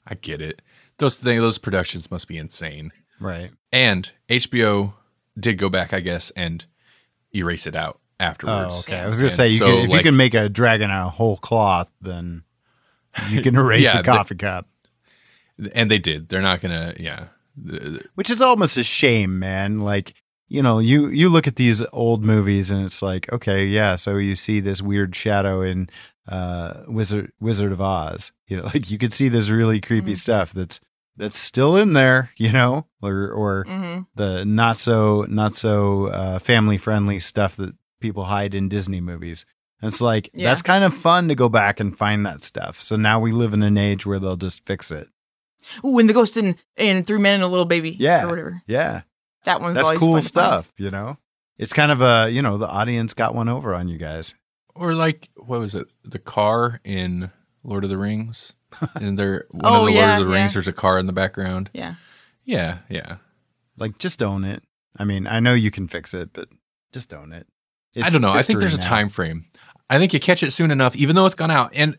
i get it those things those productions must be insane Right. and hbo did go back i guess and erase it out afterwards Oh, okay. I was going And to say, you so, could, if like- you can make a dragon out of whole cloth, then you can erase Yeah, a the- coffee cup, and they did they're not gonna yeah The- which is almost a shame, man. Like, you know, you, you look at these old movies and it's like, okay, yeah. So you see this weird shadow in uh, Wizard Wizard of Oz. You know, like you could see this really creepy Mm. stuff that's that's still in there. You know, or or hmm the not so not so uh, family friendly stuff that people hide in Disney movies. And it's like Yeah. that's kind of fun to go back and find that stuff. So now we live in an age where they'll just fix it. Ooh, and the ghost in in Three Men and a Little Baby, Yeah. or whatever. Yeah, That one was that's always cool fun to find. stuff. You know, it's kind of a you know the audience got one over on you guys. or like what was it the car in lord of the rings and there one Oh, of the yeah, lord of the yeah. rings there's a car in the background Yeah. yeah yeah Like just own it. I mean, I know you can fix it, but just own it. I It's don't know. I think history there's now. a time frame. I think you catch it soon enough, even though it's gone out. And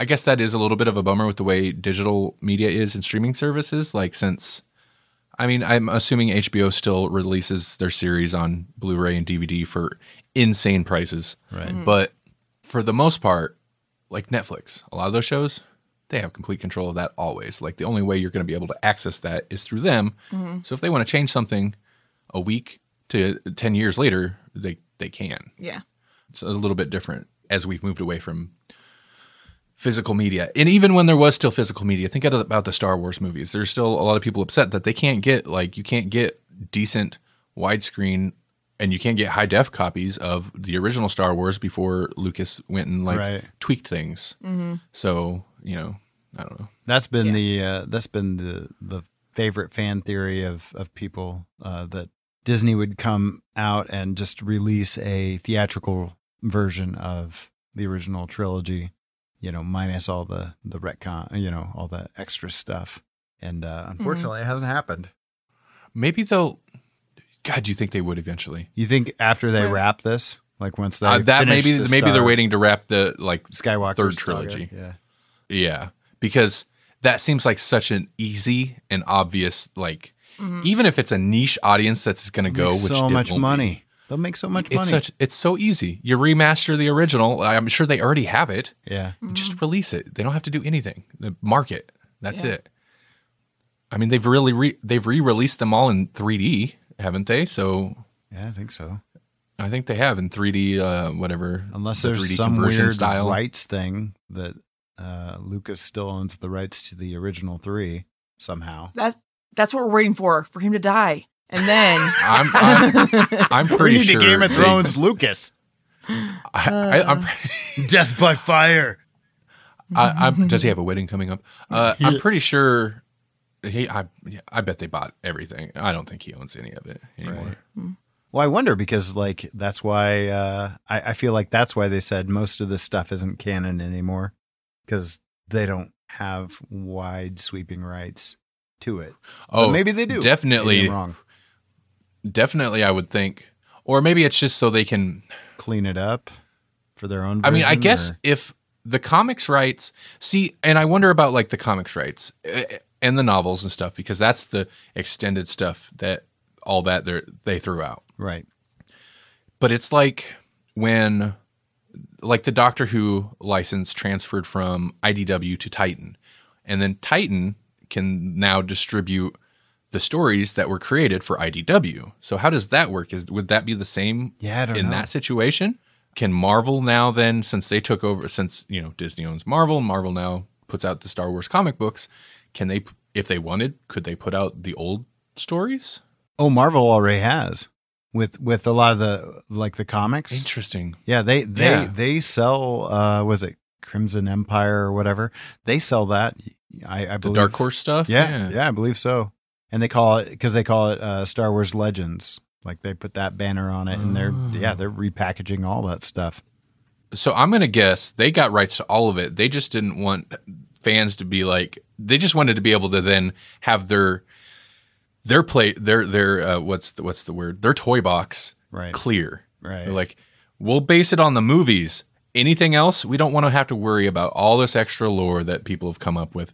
I guess that is a little bit of a bummer with the way digital media is and streaming services. Like since, I mean, I'm assuming HBO still releases their series on Blu-ray and DVD for insane prices. Right. Mhm. But for the most part, like Netflix, a lot of those shows, they have complete control of that always. Like the only way you're going to be able to access that is through them. Mhm. So if they want to change something a week to 10 years later, they, they can. Yeah. It's a little bit different as we've moved away from physical media. And even when there was still physical media, think about the Star Wars movies. There's still a lot of people upset that they can't get, like, you can't get decent widescreen and you can't get high def copies of the original Star Wars before Lucas went and, like, Right. tweaked things. hmm So, you know, I don't know. That's been Yeah. the uh, that's been the the favorite fan theory of of people uh, that Disney would come out and just release a theatrical version of the original trilogy, you know, minus all the the retcon, you know, all the Mm-hmm. extra stuff. And uh, unfortunately, it hasn't happened. Maybe they'll God, do you think they would eventually? You think after they Well- wrap this, like once they Uh, that finish maybe the maybe they're Star- waiting to wrap the like Skywalker third saga, trilogy. Yeah, Yeah, because that seems like such an easy and obvious like even if it's a niche audience that's going to go, Makes which so it much won't be. money. They'll make so much It's money. such it's so easy. You remaster the original. I'm sure they already have it. yeah, Just release it. They don't have to do anything. The market. That's Yeah. it. I mean, they've really re- they've re-released them all in 3D, haven't they? So yeah, I think so. I think they have in 3D, uh, whatever. Unless the there's some weird rights thing that uh, Lucas still owns the rights to the original three somehow. That's that's what we're waiting for for him to die, and then I'm, I'm, I'm pretty we need sure. a Game of they- Thrones Lucas. I, I, I'm, Death by fire. I, I'm. Does he have a wedding coming up? Uh, I'm pretty sure. He, I, yeah, I bet they bought everything. I don't think he owns any of it anymore. Right. Well, I wonder because like that's why uh, I, I feel like that's why they said most of this stuff isn't canon anymore because they don't have wide sweeping rights to it. But Oh, maybe they do. Maybe Definitely, I'm wrong. definitely. I would think, or maybe it's just so they can. Clean it up for their own. I mean, I version, guess or- if the comics rights, see, and I wonder about like the comics rights eh, and the novels and stuff because that's the extended stuff that all that they they threw out. right. but it's like when like the doctor who license transferred from idw to titan and then titan can now distribute the stories that were created for idw so how does that work is would that be the same Yeah, I don't in know. that situation can marvel now then since they took over since you know disney owns marvel marvel now puts out the star wars comic books can they if they wanted could they put out the old stories Oh, Marvel already has with with a lot of the like the comics. interesting Yeah, they they Yeah. they sell. uh Was it Crimson Empire or whatever? They sell that. I, I the believe dark horse stuff Yeah, yeah, I believe so. And they call it because they call it uh, Star Wars Legends. Like they put that banner on it, and they're Ah. yeah they're repackaging all that stuff. So I'm going to guess they got rights to all of it. They just didn't want fans to be like they just wanted to be able to then have their their play their their uh, what's the, what's the word their toy box Right. clear. Right. They're like we'll base it on the movies. Anything else we don't want to have to worry about all this extra lore that people have come up with.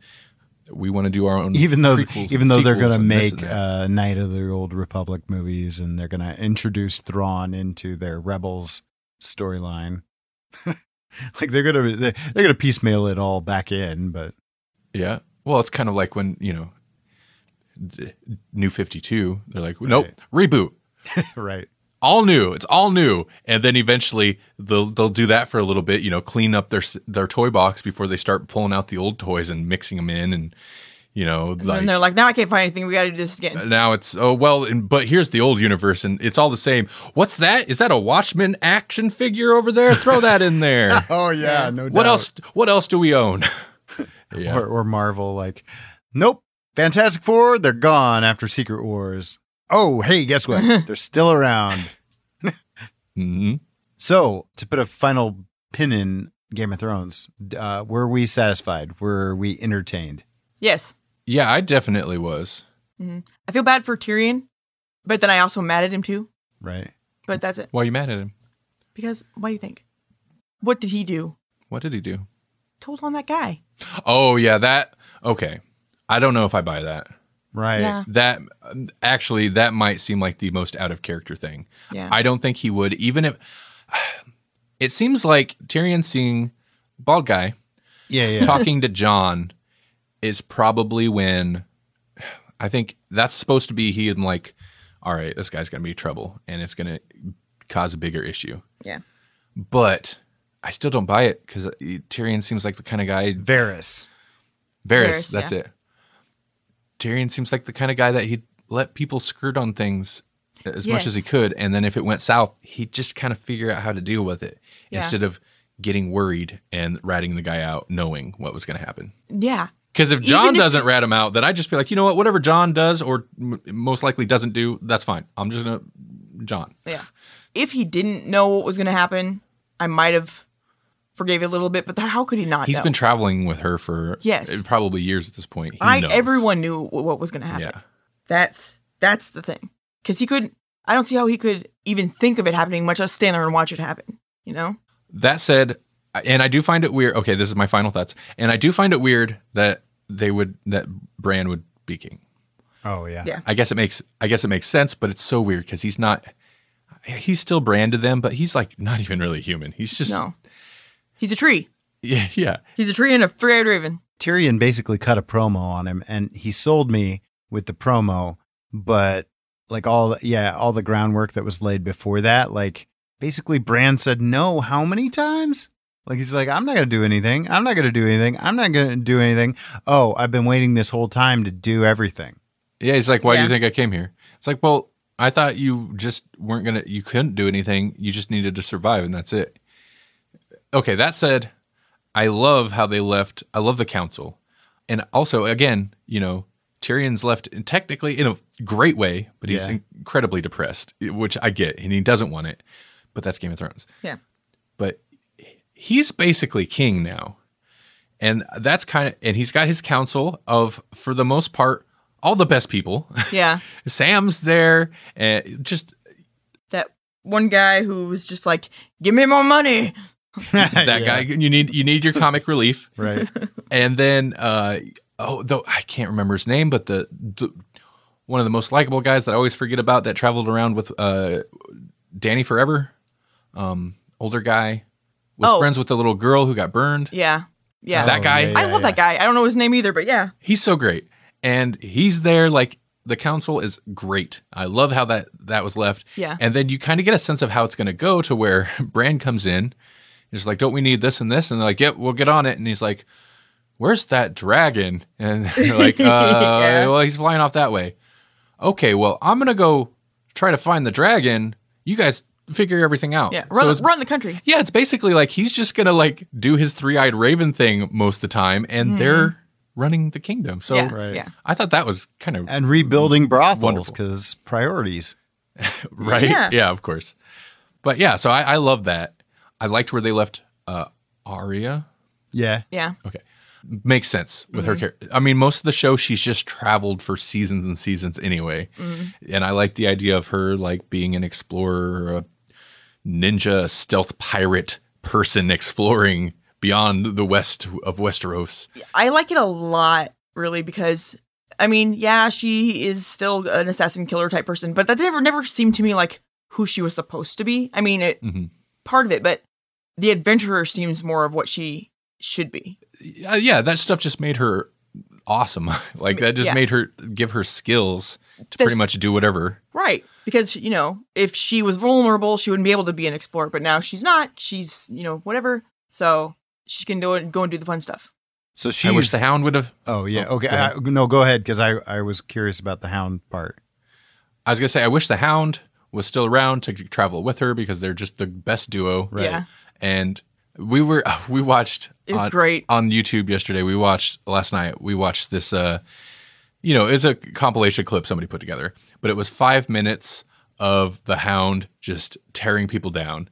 We want to do our own Even though prequels and even though they're sequels gonna and this and make that. uh, Knight of the Old Republic movies, and they're gonna introduce Thrawn into their Rebels storyline. like they're gonna they're gonna piecemeal it all back in, but Yeah. Well, it's kind of like when, you know, d- New 52, they're like, nope, reboot. right. all new. It's all new, and then eventually they'll they'll do that for a little bit. You know, clean up their s- their toy box before they start pulling out the old toys and mixing them in, and you know, and like then they're like, now I can't find anything. We got to do this again. now it's oh well. And, but here's the old universe, and it's all the same. What's that? Is that a Watchmen action figure over there? Throw that in there. Oh yeah, Yeah. no. what doubt. else? What else do we own? yeah. or, or Marvel, like, nope, Fantastic Four, they're gone after Secret Wars. Oh, hey, guess what? they're still around. hmm So, to put a final pin in Game of Thrones, uh, were we satisfied? Were we entertained? Yes, Yeah, I definitely was. I feel bad for Tyrion, but then I also am mad at him too. Right. But that's it. Why you mad at him? Because why do you think? What did he do? What did he do? Told on that guy. Oh yeah, that okay. I don't know if I buy that. Right. Yeah, that actually that might seem like the most out of character thing yeah. i don't think he would even if it seems like tyrion seeing bald guy Yeah. Yeah. talking to john is probably when i think that's supposed to be he and like all right this guy's gonna be trouble and it's gonna cause a bigger issue Yeah. but i still don't buy it because tyrion seems like the kind of guy Varys. Varys, Varys, that's yeah. it. Tyrion seems like the kind of guy that he'd let people skirt on things as much as he Yes. could, and then if it went south, he'd just kind of figure out how to deal with it Yeah. instead of getting worried and ratting the guy out, knowing what was going to happen. yeah. Because if John if- doesn't rat him out, then I'd just be like, you know what, whatever John does or m- most likely doesn't do, that's fine. I'm just gonna John. Yeah. If he didn't know what was going to happen, I might have forgave it a little bit, but how could he not? He's know? been traveling with her for Yes. probably years at this point. He I knows. everyone knew wh- what was going to happen. Yeah. That's that's the thing. Cuz he couldn't I- I don't see how he could even think of it happening, much less stand there and watch it happen. You know? That said, and I do find it weird. Okay, this is my final thoughts. And I do find it weird that they would that Bran would be king. Oh yeah. Yeah. I guess it makes I guess it makes sense, but it's so weird because he's not. He's still Bran to them, but he's like not even really human. He's just no. He's a tree. yeah, yeah. He's a tree and a free raven. Tyrion basically cut a promo on him and he sold me with the promo, but like all yeah, all the groundwork that was laid before that, like basically Bran said no how many times? Like he's like, I'm not gonna do anything. I'm not gonna do anything. I'm not gonna do anything. Oh, I've been waiting this whole time to do everything. Yeah, he's like, why do Yeah. you think I came here? It's like, well, I thought you just weren't gonna, you couldn't do anything. You just needed to survive, and that's it. Okay, that said, I love how they left. I love the council, and also again, you know, Tyrion's left in- technically in a great way, but he's Yeah. incredibly depressed, which I get, and he doesn't want it. But that's Game of Thrones. Yeah. But he's basically king now and that's kind of and he's got his council of for the most part all the best people Yeah. sam's there and just that one guy who was just like, "Give me more money." that guy you need you need your comic relief Right. and then uh oh though i can't remember his name but the, the one of the most likable guys that i always forget about that traveled around with uh danny forever um older guy was Oh. friends with the little girl who got burned Yeah, yeah. That Oh, guy- I love that guy. I don't know his name either, but yeah, he's so great and he's there like the council is great i love how that that was left Yeah. and then you kind of get a sense of how it's going to go to where brand comes in he's like don't we need this and this and they're like yep we'll get on it and he's like where's that dragon and they're like uh, Yeah. well he's flying off that way okay well i'm going to go try to find the dragon you guys figure everything out yeah. Oh, So Run, it's- run the country. yeah, it's basically like he's just gonna like do his three-eyed raven thing most of the time, and they're running the kingdom. So yeah, right. yeah, I thought that was kind of And rebuilding brothels Mm-hmm. Wonderful. because priorities. right. Yeah. Yeah. of course. But yeah, so I, I love that. I liked where they left uh Arya. Yeah. yeah, Okay. Makes sense with her character. I mean, most of the show she's just traveled for seasons and seasons anyway. And I like the idea of her like being an explorer, a ninja, stealth pirate person exploring beyond the west of Westeros. I like it a lot, really, because I mean, yeah, she is still an assassin killer type person, but that never never seemed to me like who she was supposed to be. I mean, it, Mhm. part of it, but the adventurer seems more of what she should be. Uh, yeah, that stuff just made her awesome. like that just Yeah. made her give her skills to That's- pretty much do whatever. Right. Because, you know, if she was vulnerable, she wouldn't be able to be an explorer, but now she's not. She's, you know, whatever. So she can do it, go and do the fun stuff. So she I wish the hound would have. Oh yeah. Oh, okay. go ahead. I, no, go ahead because I I was curious about the hound part. I was gonna say I wish the hound was still around to travel with her because they're just the best duo. Right. Yeah. And we were we watched It was on, great. on YouTube yesterday. We watched last night. We watched this. Uh, you know, it's a compilation clip somebody put together, but it was five minutes of the hound just tearing people down,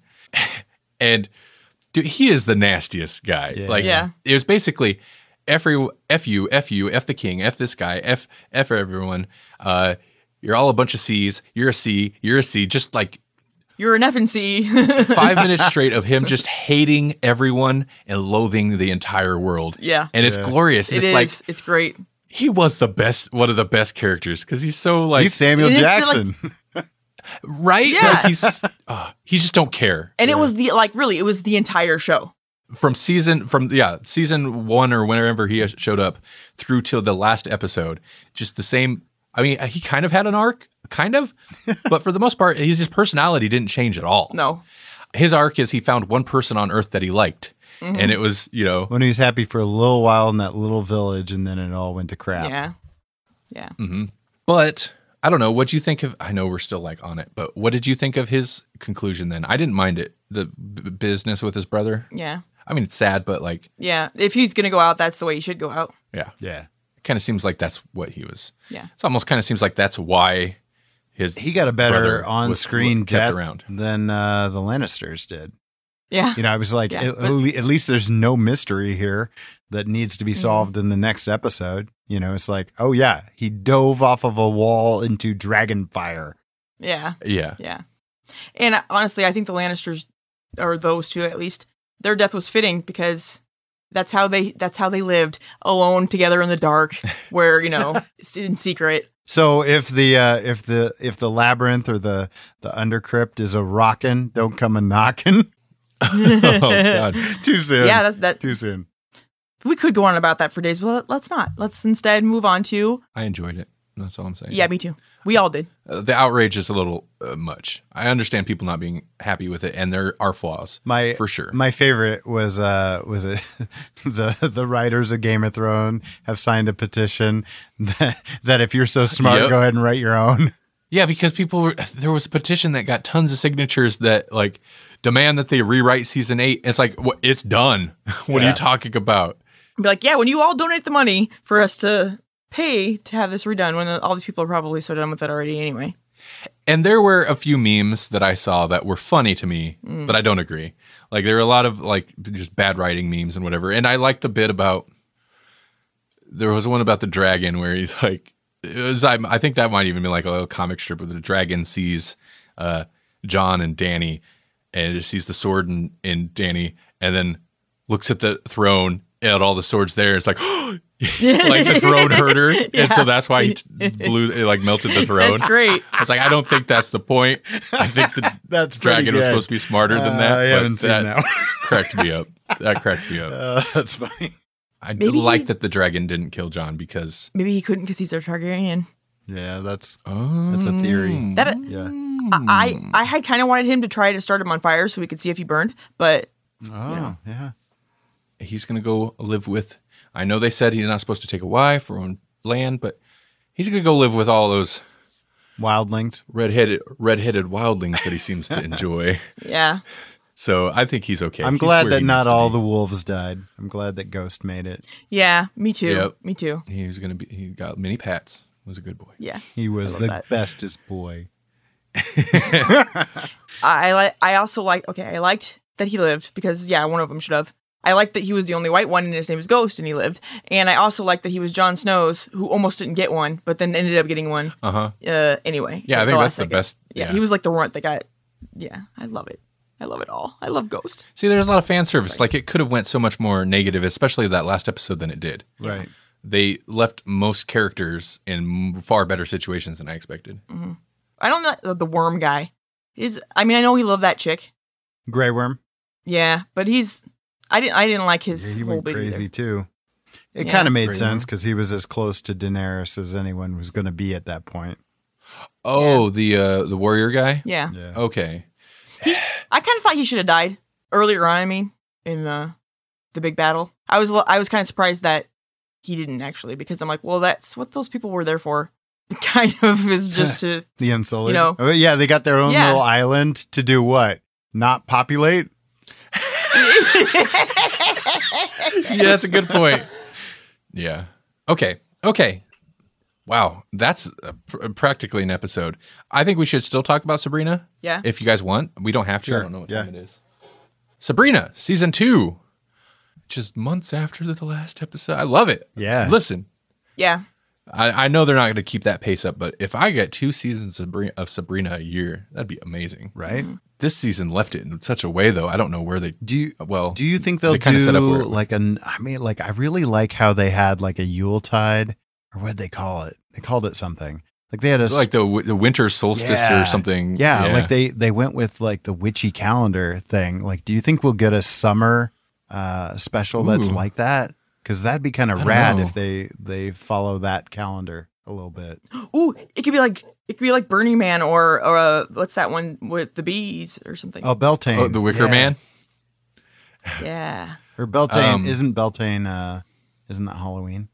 and dude, he is the nastiest guy. Yeah. Like, Yeah. it was basically. Every, F you, F you, F the king, F this guy, F, F everyone. Uh, you're all a bunch of C's. You're a C. You're a C. Just like You're an F and C. five minutes straight of him just hating everyone and loathing the entire world. Yeah. And it's Yeah. glorious. It it's is. like it's great. he was the best, one of the best characters because he's so like He's Samuel it is, like- Jackson. right. Yeah. Like he's uh, he just don't care And it was the, like, really, it was the entire show. from season from yeah season one or whenever he showed up through till the last episode. Just the same. I mean, he kind of had an arc, kind of, but for the most part, his, his personality didn't change at all. No. His arc is he found one person on Earth that he liked, Mm-hmm. and it was you know when he was happy for a little while in that little village, and then it all went to crap. Yeah. But I don't know. What do you think of? I know we're still like on it, but what did you think of his conclusion then? I didn't mind it. The b- business with his brother. Yeah. I mean, it's sad, but like, Yeah. If he's going to go out, that's the way he should go out. yeah, Yeah. it kind of seems like that's what he was. Yeah. It's almost kind of seems like that's why his He got a better brother on-screen was kept death around. than uh, the Lannisters did. Yeah. You know, I was like, Yeah, at, but- le- at least there's no mystery here that needs to be Mm-hmm. solved in the next episode. You know, it's like, oh yeah, he dove off of a wall into dragon fire. Yeah. Yeah. Yeah. And I- honestly, I think the Lannisters or those two at least, their death was fitting because that's how they that's how they lived alone together in the dark where, you know, s- in secret. So if the uh, if the if the labyrinth or the the undercrypt is a rockin', don't come a knockin'. Oh god. Too soon. Yeah, that's that too soon. we could go on about that for days, but let- let's not. Let's instead move on to I enjoyed it. That's all I'm saying. Yeah, me too. We all did. Uh, the outrage is a little uh, much. I understand people not being happy with it, and there are flaws My for sure. my favorite was uh was it the the writers of Game of Thrones have signed a petition that, that if you're so smart, Yep. go ahead and write your own. yeah, because people were, there was a petition that got tons of signatures that like demand that they rewrite season eight. It's like what it's done. what are Yeah. you talking about? Be like, yeah, when you all donate the money for us to pay to have this redone, when all these people are probably so done with it already anyway. And there were a few memes that I saw that were funny to me, Mm. but I don't agree. Like there were a lot of like just bad writing memes and whatever. And I liked the bit about there was one about the dragon where he's like, it was, I, I think that might even be like a little comic strip where the dragon sees uh, John and Danny, and it just sees the sword in, in Danny, and then looks at the throne at all the swords there. It's like. like the throne herder, and so Yeah. that's why he t- blew, it like melted the throne. That's great. I was like, I don't think that's the point. I think the That's pretty dragon was good. supposed to be smarter than that. Uh, I but haven't seen that, that. one. cracked me up. That cracked me up. Uh, that's funny. I maybe he- like that the dragon didn't kill John because Maybe he couldn't because he's a Targaryen. Yeah, that's oh, That's a theory. That- yeah. I Mm. I had kind of wanted him to try to start him on fire so we could see if he burned, but Oh, yeah. he's gonna go live with. I know they said he's not supposed to take a wife or own land, but he's gonna go live with all those Wildlings. red-headed red-headed wildlings that he seems to enjoy. yeah, So I think he's okay. I'm He's glad where that he not needs to all be. the wolves died. I'm glad that Ghost made it. yeah, me too, Yep. me too. He was gonna be. He got many pats. Was a good boy. Yeah, He was love the that. bestest boy. I I like I also like okay, I liked that he lived because yeah, one of them should have. I liked that he was the only white one and his name was Ghost and he lived, and I also liked that he was Jon Snow's who almost didn't get one but then ended up getting one. Uh huh. Uh, anyway, Yeah, at I think last that's the second. best. Yeah, he was like the runt that got. Yeah, I love it. I love it all. I love Ghost. See, there's a lot of fan service. Like it could have went so much more negative, especially that last episode than it did. Right. They left most characters in m- far better situations than I expected. I don't know the- the worm guy. Is I mean I know he loved that chick. Grey Worm. Yeah, but he's I didn't I didn't like his Yeah, he whole went big crazy too. It Yeah. kind of made Grey sense Worm. because he was as close to Daenerys as anyone was going to be at that point. Oh, the uh the warrior guy? Yeah. Yeah. Okay. I kind of thought he should have died earlier on, I mean, in the the big battle. I was a li- I was kind of surprised that he didn't actually because I'm like, well, that's what those people were there for. Kind of is just to The Unsullied. You know. Oh, yeah, they got their own Yeah. little island to do what? Not populate? Yeah, that's a good point. yeah. Okay. Okay. Wow, that's uh, pr- practically an episode. I think we should still talk about Sabrina Yeah. if you guys want. We don't have to. I Sure, don't know what yeah. time it is. Sabrina, season two, just months after the last episode. I love it. Yeah. Listen, Yeah. I, I know they're not going to keep that pace up, but if I get two seasons Sabri- of Sabrina a year, that'd be amazing. Right. Mm-hmm. This season left it in such a way, though. I don't know where they. Do you Well, do you think they'll they do kinda set up where it- like an? I mean, like I really like how they had like a Yuletide or what they call it? They called it something. Like they had a like the w- the winter solstice Yeah. or something? Yeah, like they they went with like the witchy calendar thing. Like, do you think we'll get a summer uh, special that's Ooh. like that? Because that'd be kind I of don't rad know. if they they follow that calendar a little bit. Ooh, it could be like it could be like Burning Man or or uh, what's that one with the bees or something. Oh, Beltane, Oh, the Wicker Yeah. Man. Yeah. or Beltane Um, isn't Beltane? Uh, isn't that Halloween?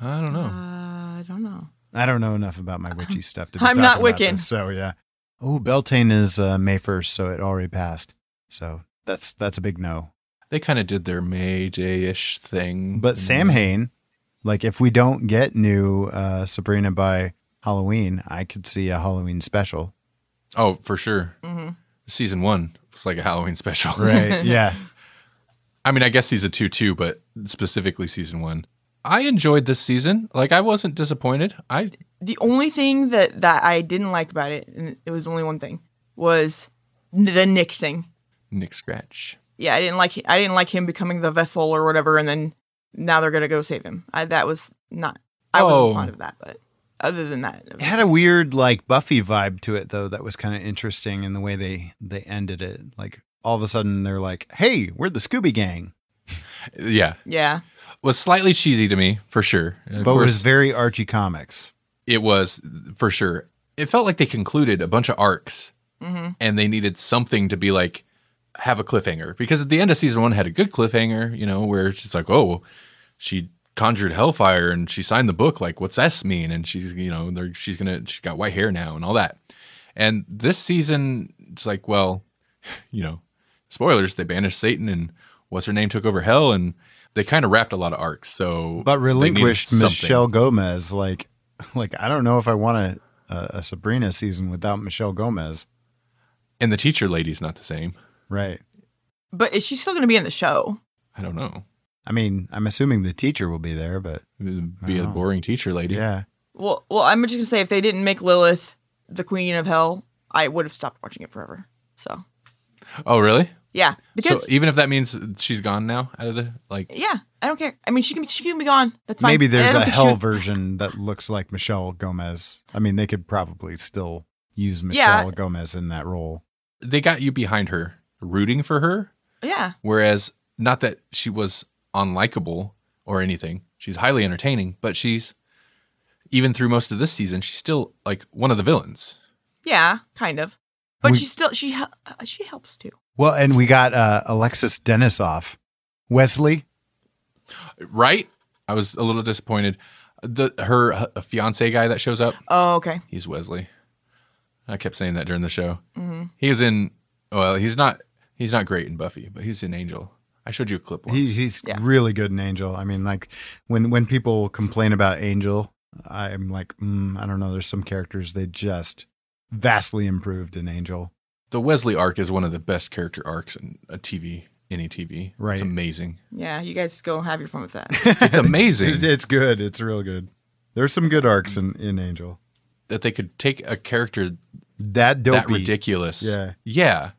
I don't Uh, know. I don't know. I don't know enough about my witchy stuff to. Be I'm not talking about Wiccan. this, so yeah. Oh, Beltane is uh, May first, so it already passed. So that's that's a big no. they kind of did their May Day ish thing, Mm. But Sam Samhain, like if we don't get new uh, Sabrina by Halloween, I could see a Halloween special. Oh, for sure. hmm Season one was like a Halloween special, yeah. I mean, I guess season two too, but specifically season one. I enjoyed this season. Like I wasn't disappointed. I the only thing that that I didn't like about it, and it was only one thing, was n- the Nick thing. Nick Scratch. Yeah, I didn't like I didn't like him becoming the vessel or whatever, and then now they're gonna go save him. I, that was not. I Oh. wasn't fond of that, but other than that, it It was- had a weird like Buffy vibe to it though. That was kind of interesting in the way they they ended it. Like all of a sudden they're like, "Hey, we're the Scooby Gang," Yeah, yeah, was slightly cheesy to me for sure. And of but it course, was very Archie comics. it was for sure. It felt like they concluded a bunch of arcs, hmm and they needed something to be like have a cliffhanger because at the end of season one had a good cliffhanger. You know, where she's like, oh, she conjured hellfire and she signed the book. Like, what's S mean? And she's you know, they're, she's gonna she's got white hair now and all that. And this season, it's like, well, you know, spoilers. They banished Satan and what's her name took over hell and. They kind of wrapped a lot of arcs, so But they needed relinquished something. Michelle Gomez. Like, like I don't know if I want a, a, a Sabrina season without Michelle Gomez. And the teacher lady's not the same. Right. but is she still gonna be in the show? I don't know. I mean, I'm assuming the teacher will be there, but It'd be a Wow. boring teacher lady. yeah. Well, well, I'm just gonna say if they didn't make Lilith the queen of hell, I would have stopped watching it forever. So Oh, really? yeah, because so even if that means she's gone now out of the like yeah, I don't care. I mean, she can be she can be gone. That's fine. Maybe I there's don't a think she hell would- version that looks like Michelle Gomez. I mean, they could probably still use Yeah. Michelle Gomez in that role. they got you behind her, rooting for her, Yeah, whereas not that she was unlikable or anything. She's highly entertaining, but she's even through most of this season, she's still like one of the villains. yeah, kind of. But We- she still she hel- uh, she helps too. Well, and we got uh, Alexis Dennis off. Wesley, Right? I was a little disappointed. The her uh, fiance guy that shows up, Oh, okay. he's Wesley. I kept saying that during the show. hmm He was in. Well, he's not. He's not great in Buffy, but he's in Angel. I showed you a clip once. he, he's Yeah. really good in Angel. I mean, like when when people complain about Angel, I'm like, mm, I don't know. There's some characters they just vastly improved in Angel. the Wesley arc is one of the best character arcs in a TV, any TV. Right. It's amazing. Yeah, you guys go have your fun with that. It's amazing It's, it's good. It's real good. There's some good arcs in, in Angel. that they could take a character That dopey. that ridiculous. Yeah. Yeah.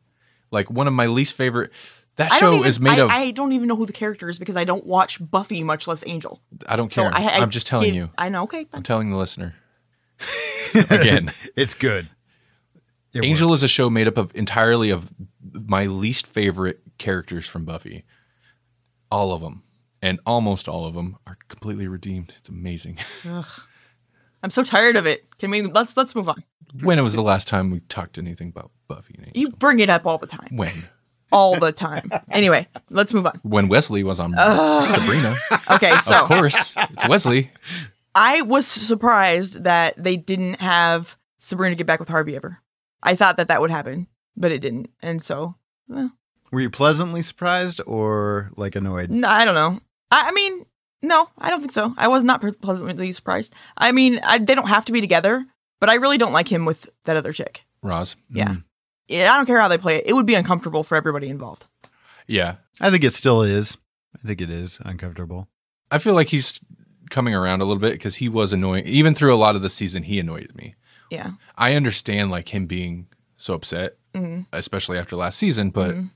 Like one of my least favorite. That I show don't even, is made I, of. I, I don't even know who the character is because I don't watch Buffy, much less Angel. don't So care. I, I am just telling give- you. I know. Okay, I'm fine. telling the listener. Again, It's good. It Angel is a show made up of entirely of my least favorite characters from Buffy. All of them, and almost all of them are completely redeemed. It's amazing. I'm so tired of it. Can we let's let's move on? when was the last time we talked anything about Buffy? and Angel? You bring it up all the time, when? all the time. Anyway, let's move on. When Wesley was on Sabrina, Okay, of so course it's Wesley. I was surprised that they didn't have Sabrina get back with Harvey ever. I thought that that would happen, but it didn't, and so Were you pleasantly surprised or like annoyed? No, I don't know. I, I mean, no, I don't think so. I was not pleasantly surprised. I mean, I, they don't have to be together, but I really don't like him with that other chick. Roz, Yeah. Mm. Yeah, I don't care how they play it. It would be uncomfortable for everybody involved. yeah, I think it still is. I think it is uncomfortable. I feel like he's coming around a little bit because he was annoying. Even through a lot of the season, he annoyed me. Yeah. I understand like him being so upset, Mhm. especially after last season, but Mhm.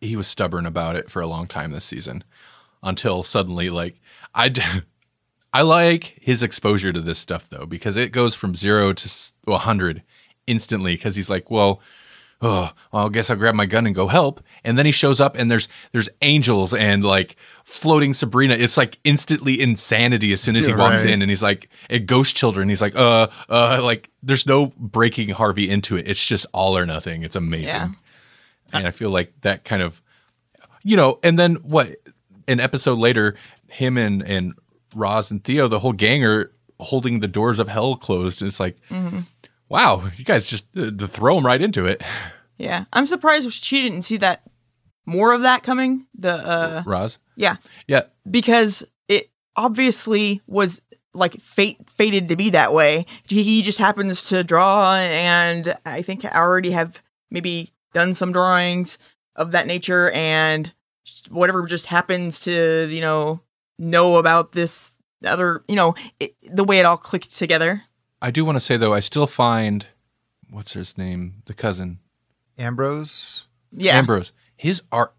he was stubborn about it for a long time this season until suddenly like I d- I like his exposure to this stuff though because it goes from 0 to s- 100 instantly cuz he's like, well, oh, well, I guess I'll grab my gun and go help. And then he shows up and there's there's angels and like floating Sabrina. It's like instantly insanity as soon as he Yeah, walks right. in and he's like and ghost children. He's like, uh, uh, like there's no breaking Harvey into it. It's just all or nothing. It's amazing. Yeah. And I feel like that kind of you know, and then what an episode later, him and and Roz and Theo, the whole gang are holding the doors of hell closed. And it's like Mm-hmm. Wow, you guys just uh, throw him right into it. Yeah. I'm surprised she didn't see that more of that coming. The uh Roz. yeah, Yeah, because it obviously was like fate fated to be that way. He just happens to draw, and I think I already have maybe done some drawings of that nature, and whatever just happens to you know know about this the other, you know, it, the way it all clicked together. I do want to say though, I still find what's his name, the cousin Ambrose. Yeah. Ambrose. His art.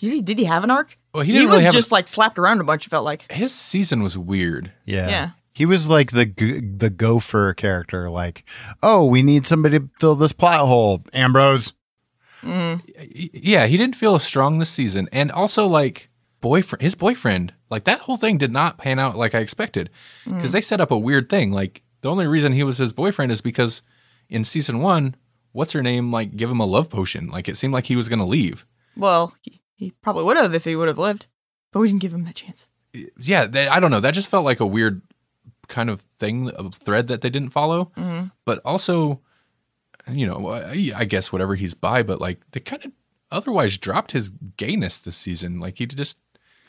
Is he, did he have an arc? Well, he didn't was really have. a- just like slapped around a bunch. It felt like. his season was weird. Yeah. Yeah. He was like the g- the gopher character, like, oh, we need somebody to fill this plot hole. Ambrose. Mm. Y- Yeah, he didn't feel as strong this season, and also like boyfriend, his boyfriend, like that whole thing did not pan out like I expected because they set up a weird thing. Like the only reason he was his boyfriend is because in season one, what's her name like give him a love potion. Like it seemed like he was gonna leave. Well, he, he probably would have if he would have lived, but we didn't give him that chance. yeah, they, I don't know. That just felt like a weird kind of thing, a thread that they didn't follow. Mhm. But also, you know, I, I guess whatever he's by, but like they kind of otherwise dropped his gayness this season. Like he just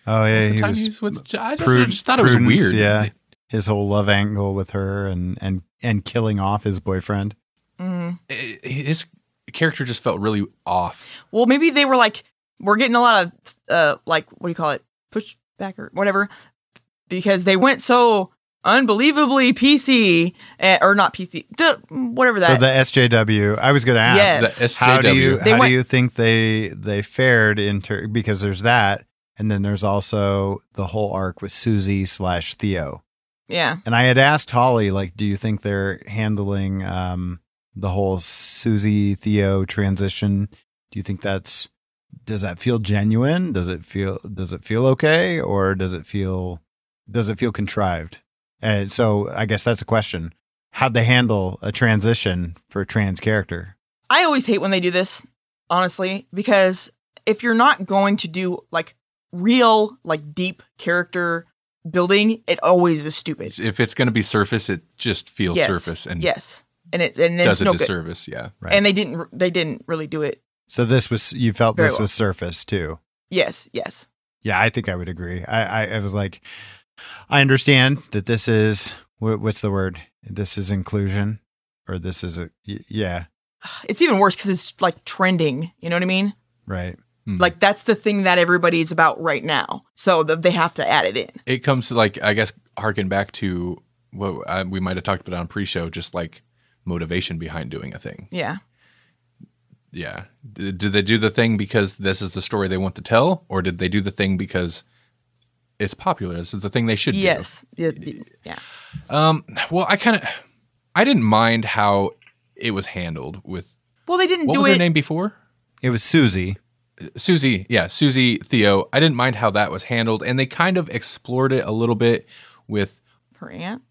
Oh yeah, most of the he time was, he's with. Jo- I just, I Prud- just thought it was Prudence, weird. Yeah, his whole love angle with her and and and killing off his boyfriend. Mm. I- I- his character just felt really off. Well, maybe they were like, we're getting a lot of uh, like what do you call it, pushback or whatever, because they went so unbelievably PC eh, or not PC, the whatever that. So the SJW, I was going to ask, Yes. The how SJW. do you They how went- do you think they they fared in ter- because there's that, and then there's also the whole arc with Susie slash Theo. yeah, And I had asked Holly, like, do you think they're handling um, the whole Susie Theo transition? Do you think that's does that feel genuine? Does it feel does it feel okay, or does it feel does it feel contrived? And so I guess that's a question. How'd they handle a transition for a trans character? I always hate when they do this, honestly, because if you're not going to do like real, like deep character building, it always is stupid. If it's going to be surface, it just feels Yes. surface and yes, and it's and it's does a no good. disservice. Yeah. Right. And they didn't they didn't really do it. so this was you felt Very this well. was surface too. Yes, yes. Yeah, I think I would agree. I, I, I was like, I understand that this is wha- what's the word? This is inclusion, or this is a y- yeah, It's even worse because it's like trending. You know what I mean? right. Mm. Like that's the thing that everybody's about right now. So th- they have to add it in. it comes to like I guess harken back to what uh we might have talked about on pre-show, just like motivation behind doing a thing. Yeah. Yeah, D- did they do the thing because this is the story they want to tell, or did they do the thing because it's popular? This is the thing they should Yes. Yeah. the- yeah. do. Um, well, I kind of I didn't mind how it was handled with Well, they didn't what do was it. her name before. It was Susie. Susie, yeah, Susie Theo. I didn't mind how that was handled, and they kind of explored it a little bit with uh, Her aunt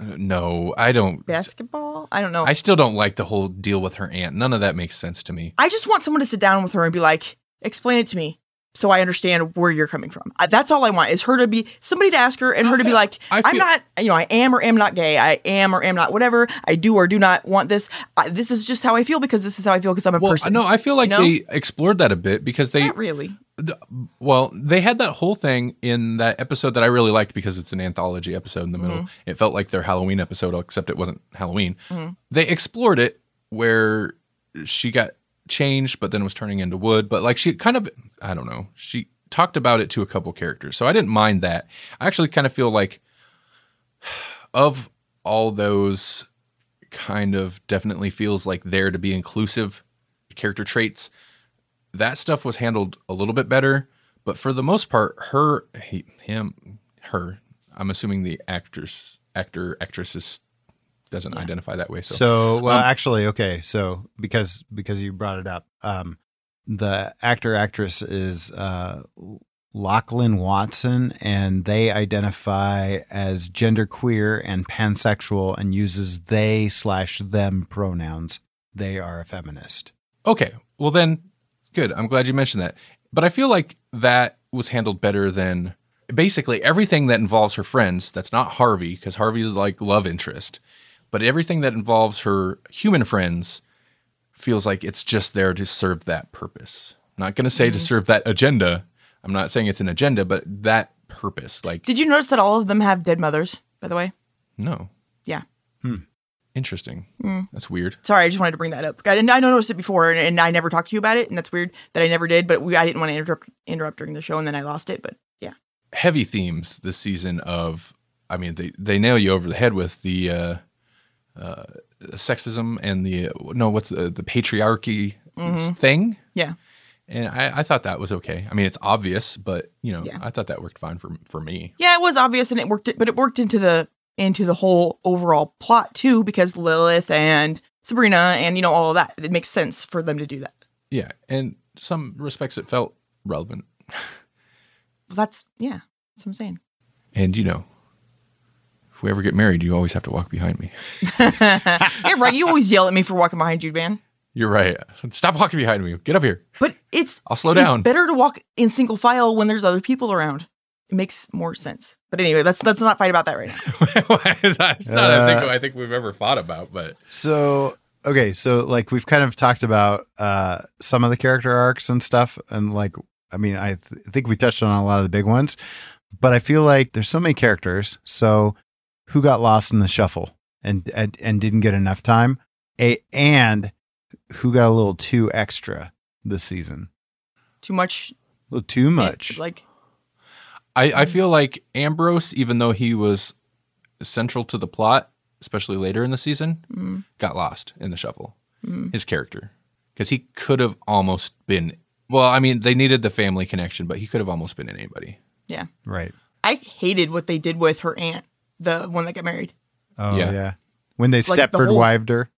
no, I don't. basketball. I don't know. I I, still don't like the whole deal with her aunt. None of that makes sense to me. just want someone to sit down with her and be like, explain it to me, so I understand where you're coming from. I, that's all I want is her to be somebody to ask her and her to be like, I I'm feel- not. You know, I am or am not gay. I am or am not whatever. I do or do not want this. I, this is just how I feel because this is how I feel because I'm a Well, person. no, I feel like No? they explored that a bit because they, not really. th- well, they had that whole thing in that episode that I really liked because it's an anthology episode in the middle. Mm-hmm. It felt like their Halloween episode, except it wasn't Halloween. They explored it where she got changed, but then was turning into wood. But like she kind of, I don't know, she talked about it to a couple characters. So I didn't mind that. I actually kind of feel like of all those kind of definitely feels like there to be inclusive character traits that stuff was handled a little bit better but for the most part her he, him her i'm assuming the actress actor actresses doesn't identify that way so, So well, um, actually, okay. So because because you brought it up, um, the actor actress is uh, Lachlan Watson, and they identify as genderqueer and pansexual, and uses they slash them pronouns. They are a feminist. okay well then good i'm glad you mentioned that but i feel like that was handled better than basically everything that involves her friends that's not harvey because harvey is like love interest but everything that involves her human friends feels like it's just there to serve that purpose I'm not going to say Mm-hmm. to serve that agenda i'm not saying it's an agenda but that purpose like Did you notice that all of them have dead mothers? By the way. no Yeah. Hmm. Hmm. interesting that's weird Sorry, I just wanted to bring that up. I, didn't- I noticed it before, and, and I never talked to you about it, and that's weird that I never did. But we, I didn't want to interrupt interrupt during the show, and then I lost it. But yeah, heavy themes this season of I mean they they nail you over the head with the uh, uh, sexism and the no what's the, the patriarchy Mhm. thing Yeah. and I, I thought that was okay I mean it's obvious but you know Yeah. I thought that worked fine for for me Yeah, it was obvious and it worked but it worked into the into the whole overall plot too because Lilith and Sabrina and you know all of that. It makes sense for them to do that. yeah and some respects it felt relevant Well, that's yeah, that's what I'm saying. and you know if we ever get married you always have to walk behind me yeah, right. You always yell at me for walking behind you, man. you're right stop walking behind me get up here But it's I'll slow it's down better to walk in single file when there's other people around. It makes more sense. But anyway, let's let's not fight about that right now. it's not I think Uh, I think we've ever thought about but So okay, so like we've kind of talked about uh some of the character arcs and stuff, and like I mean, I th- think we touched on a lot of the big ones, but I feel like there's so many characters. So who got lost in the shuffle and and, and didn't get enough time, a, and who got a little too extra this season, Too much a little too much. Like Mm. I, I feel like Ambrose, even though he was central to the plot, especially later in the season, mm, got lost in the shuffle. mm. His character, because he could have almost been. Well, I mean, they needed the family connection, but he could have almost been anybody. right? I hated what they did with her aunt, the one that got married. Oh Yeah. yeah. When they Like the Stepford whole- wived her.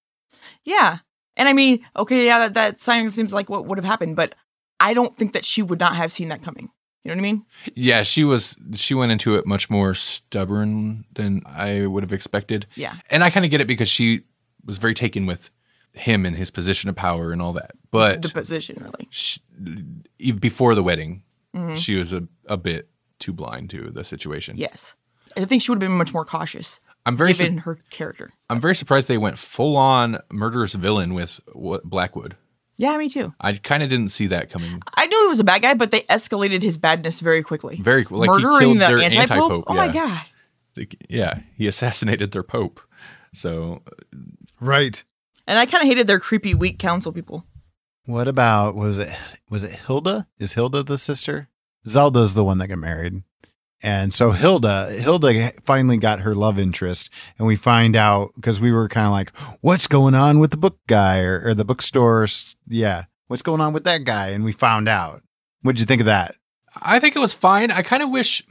Yeah. And I mean, okay, yeah, that, that sign seems like what would have happened, but I don't think that she would not have seen that coming. You know what I mean? Yeah, she was. She went into it much more stubborn than I would have expected, Yeah. and I kind of get it because she was very taken with him and his position of power and all that. But The position, really. she, even e, before the wedding, Mhm. she was a, a bit too blind to the situation. Yes. I think she would have been much more cautious I'm very su- given her character. I'm very surprised they went full on murderous villain with what Blackwood. Yeah, me too. I kind of didn't see that coming. I knew he was a bad guy, but they escalated his badness very quickly. Very like he Murdering killed the their anti pope. Oh yeah. my God. Like, yeah, he assassinated their pope. So Right. And I kind of hated their creepy, weak council people. What about was it was it Hilda? Is Hilda the sister? Zelda's the one that got married. And so Hilda Hilda finally got her love interest and we find out because we were kind of like what's going on with the book guy or, or the bookstore s- yeah what's going on with that guy and we found out what'd you think of that I think it was fine. I kind of wish.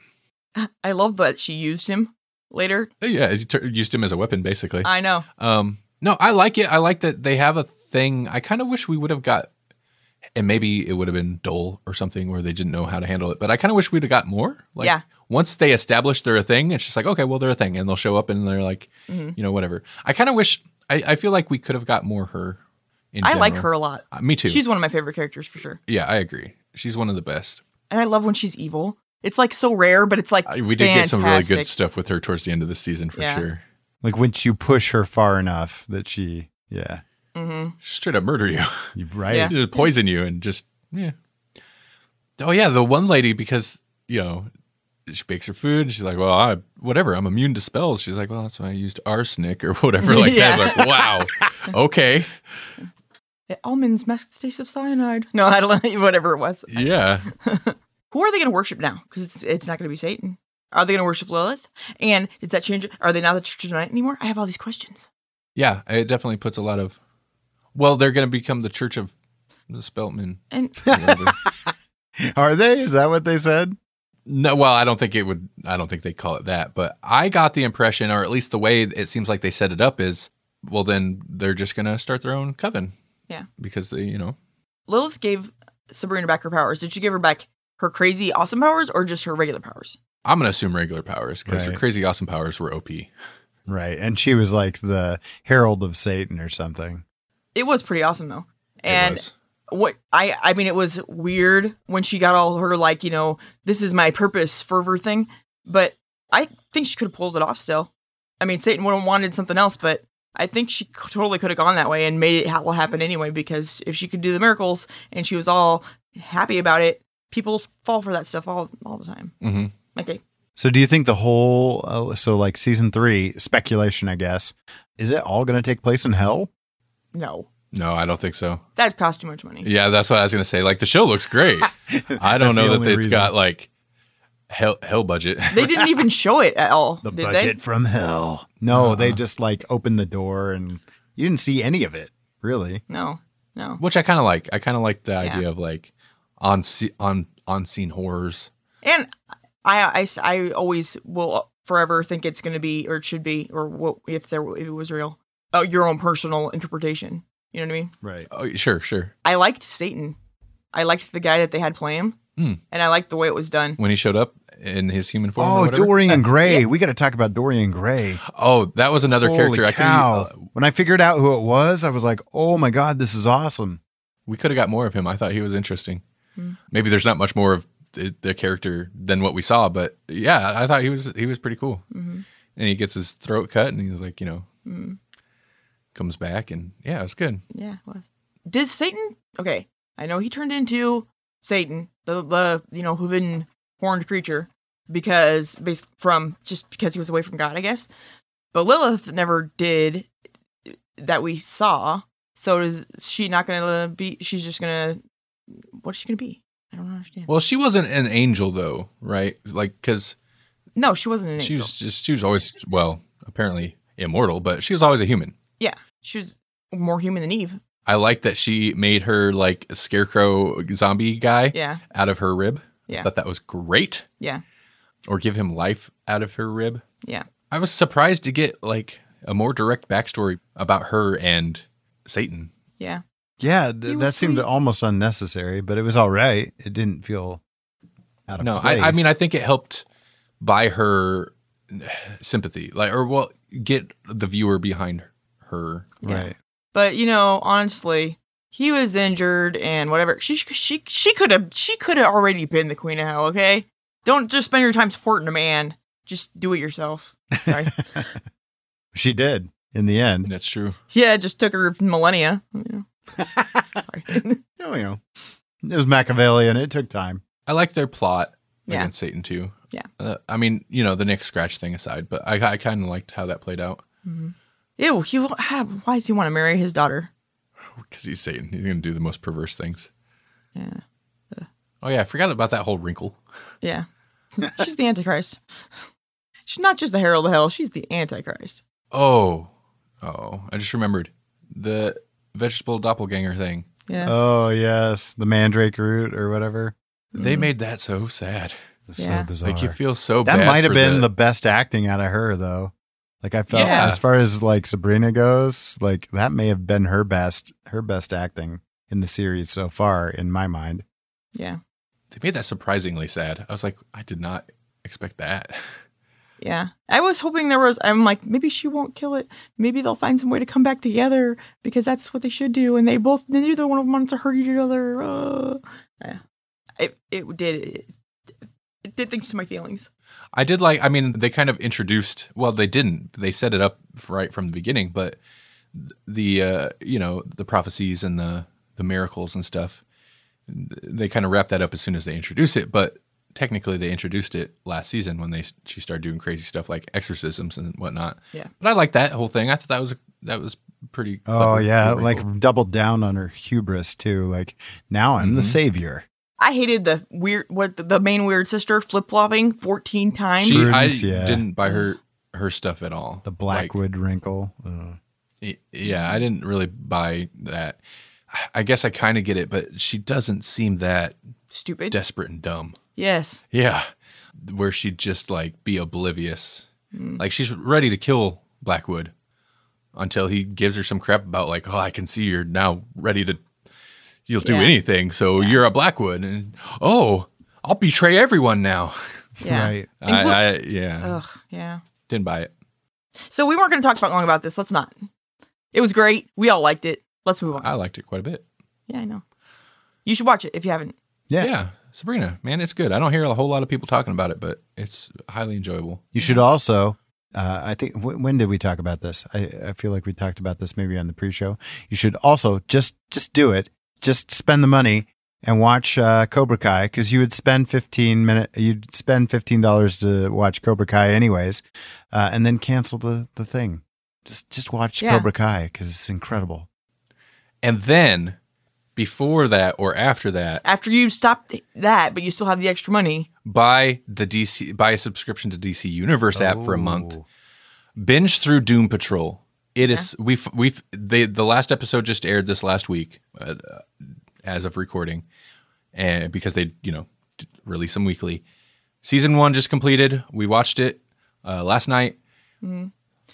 I love that she used him later. Yeah, he tur- used him as a weapon basically. I know. Um, no, I like it. I like that they have a thing. I kind of wish we would have got, and maybe it would have been dull or something where they didn't know how to handle it. But I kind of wish we'd have got more. Like, Yeah. Once they establish they're a thing, it's just like okay, well they're a thing, and they'll show up and they're like, Mhm. you know, whatever. I kind of wish. I, I feel like we could have got more her. In I like general. her a lot. Uh, me too. She's one of my favorite characters for sure. yeah, I agree. She's one of the best. and I love when she's evil. It's like so rare, but it's like I, we did get some really good fantastic. stuff with her towards the end of the season for Yeah. sure. like once you push her far enough that she yeah Mhm. She straight up murder you. you right Yeah. They just poison you and just yeah. Oh yeah, the one lady because you know she bakes her food. And she's like, well, I whatever. I'm immune to spells. She's like, well, that's why I used arsenic or whatever like Yeah. that. It's like, wow, okay, Yeah, Almonds mask the taste of cyanide. No, I don't know. Whatever it was. yeah. Who are they going to worship now? Because it's, it's not going to be Satan. Are they going to worship Lilith? And does that change? Are they not the Church of the Night anymore? I have all these questions. Yeah, it definitely puts a lot of. Well, they're going to become the Church of the Speltman. And or whatever. are they is that what they said no, well, I don't think it would. I don't think they call it that. But I got the impression, or at least the way it seems like they set it up is, well, then they're just going to start their own coven. Yeah. because they, you know, Lilith gave Sabrina back her powers. Did she give her back her crazy awesome powers or just her regular powers? I'm gonna assume regular powers because her Right. crazy awesome powers were OP. right and she was like the herald of satan or something It was pretty awesome though. It And was. what I I mean it was weird when she got all her like you know this is my purpose fervor thing, but I think she could have pulled it off still. I mean Satan would have wanted something else, but I think she c- totally could have gone that way and made it ha- will happen anyway because if she could do the miracles and she was all happy about it, people fall for that stuff all all the time. Mhm. Okay, So, do you think the whole, uh, so like season three, speculation, I guess, is it all going to take place in hell? no, no, I don't think so. that cost too much money. Yeah, that's what I was gonna say. Like the show looks great. I don't know that it's it's got like hell hell budget. They didn't even show it at all. The did budget from hell. No, Uh-uh. they just like opened the door and you didn't see any of it, really. They? No, no. which I kind of like. I kind of like the Yeah. idea of like on se- on on scene horrors. And I, I, I always will forever think it's going to be, or it should be, or what if there if it was real. Oh, your own personal interpretation. You know what I mean? Right. Oh, sure, sure. I liked Satan. I liked the guy that they had play him, Hmm. and I liked the way it was done. When he showed up in his human form. or Oh, whatever. Dorian Gray. We got to talk about Dorian Gray. Oh, that was another Holy character. Cow. I e, uh, could. when I figured out who it was, I was like, oh my God, this is awesome. we could have got more of him. I thought he was interesting. Hmm. Maybe there's not much more of the, the character than what we saw, but yeah, I thought he was he was pretty cool. Mm-hmm. And he gets his throat cut, and he's like, you know, Mm-hmm. comes back, and yeah, it's good. Yeah, it was. Does Satan? Okay, I know he turned into Satan, the the you know hooven horned creature, because based from just because he was away from God, I guess. But Lilith never did that we saw. So is she not gonna be? She's just gonna. What's she gonna be? I don't understand. Well, she wasn't an angel though, right? Like, because no, she wasn't an she angel. was just she was always well, apparently immortal, but she was always a human. yeah, she was more human than Eve. I like that she made her like scarecrow zombie guy Yeah, out of her rib. I Yeah. thought that was great. Yeah. Or give him life out of her rib. Yeah. I was surprised to get like a more direct backstory about her and Satan. yeah. He Yeah, th- was that seemed sweet. almost unnecessary, but it was all right. It didn't feel out of No, place. I, I mean I think it helped buy her sympathy, like or well, get the viewer behind her. yeah. right. But you know, honestly, he was injured and whatever. She she she could have she could have already been the queen of hell. Okay, don't just spend your time supporting a man. Just do it yourself. Sorry. She did in the end. That's true. yeah, it just took her millennia. You know. Sorry. Oh, you know, it was Machiavellian. It took time. I like their plot Yeah. against Satan too. Yeah. Uh, I mean, you know, the Nick Scratch thing aside, but I, I kind of liked how that played out Mhm. Ew. He, why does he want to marry his daughter? because he's Satan. He's going to do the most perverse things. Yeah. Oh yeah, I forgot about that whole wrinkle. Yeah. she's the Antichrist. She's not just the herald of hell. She's the Antichrist. Oh, oh, I just remembered the vegetable doppelganger thing. Yeah. Oh, yes. The mandrake root or whatever. Mm-hmm. They made that so sad. It's Yeah. so Mm. bizarre. Like you feel so bad. that might have for been the... best acting out of her, though. Like I felt Yeah. as far as like Sabrina goes, like that may have been her best, her best acting in the series so far, in my mind. yeah. They made that surprisingly sad. I was like, I did not expect that. Yeah. I was hoping there was I'm like, maybe she won't kill it. Maybe they'll find some way to come back together because that's what they should do. And they both neither one of them wants to hurt each other. Uh, yeah. It it did it, it did things to my feelings. I did like. I mean, they kind of introduced. Well, they didn't. They set it up right from the beginning, but the uh, you know the prophecies and the the miracles and stuff. They kind of wrap that up as soon as they introduce it, but technically they introduced it last season when they she started doing crazy stuff like exorcisms and whatnot. Yeah. but I like that whole thing. I thought that was that was pretty. Oh clever yeah, wrinkle. like doubled down on her hubris too. Like now I'm the Mhm. savior. I hated the weird what the main weird sister flip flopping fourteen times. she. I Prudence, yeah. didn't buy her her stuff at all. The Like, Blackwood wrinkle. Uh, Y- yeah i didn't really buy that I- i guess i kind of get it but she doesn't seem that Stupid. desperate and dumb yes. yeah where she'd just like be oblivious Mm. like she's ready to kill blackwood until he gives her some crap about like oh i can see you're now ready to you'll do Yeah. anything so you're a blackwood and oh i'll betray everyone now Yeah. Right. And I, look- I yeah Ugh. Yeah. didn't buy it So we weren't going to talk about long about this. Let's not. It was great. We all liked it. Let's move on. i liked it quite a bit yeah, I know. You should watch it if you haven't. Yeah. yeah sabrina man it's good i don't hear a whole lot of people talking about it but it's highly enjoyable You should also. Uh, I think w- when did we talk about this? I, I feel like we talked about this maybe on the pre-show. You should also just just do it. Just spend the money and watch uh, Cobra Kai because you would spend fifteen minute. You'd spend fifteen dollars to watch Cobra Kai anyways, uh, and then cancel the the thing. Just just watch Yeah. Cobra Kai because it's incredible. and then before that or after that After you stop th- that, but you still have the extra money. buy the DC buy a subscription to DC Universe app for a month. Oh. Binge through Doom Patrol. It is we've we've the the last episode just aired this last week uh, as of recording, and because they you know d- release them weekly. Season one just completed. We watched it uh, last night.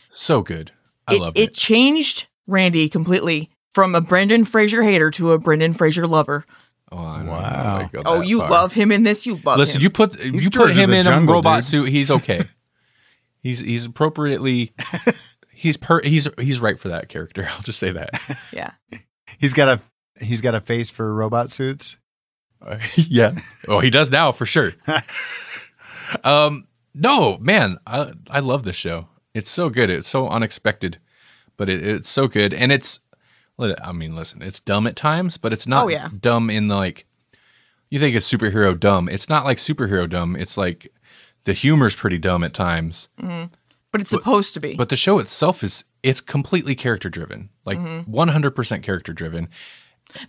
So good. I Mm-hmm. it, loved it it. changed Randy completely from a Brendan Fraser hater to a Brendan Fraser lover. Oh, I don't know Wow. if I'd go Oh, that you far. love him in this. You love Listen, him. you put you George put of him the in Jungle, a robot dude. suit, he's okay. he's he's appropriately he's per he's he's right for that character. I'll just say that. yeah. He's got a he's got a face for robot suits. yeah. Oh, he does now for sure. um no, man, I I love this show. It's so good. It's so unexpected, but it, it's so good and it's I mean, listen, it's dumb at times, but it's not Oh, yeah. dumb in like you think it's superhero dumb. It's not like superhero dumb. It's like the humor's pretty dumb at times. But it's supposed to be. But the show itself is it's completely character driven. Like Mm-hmm. 100% character driven.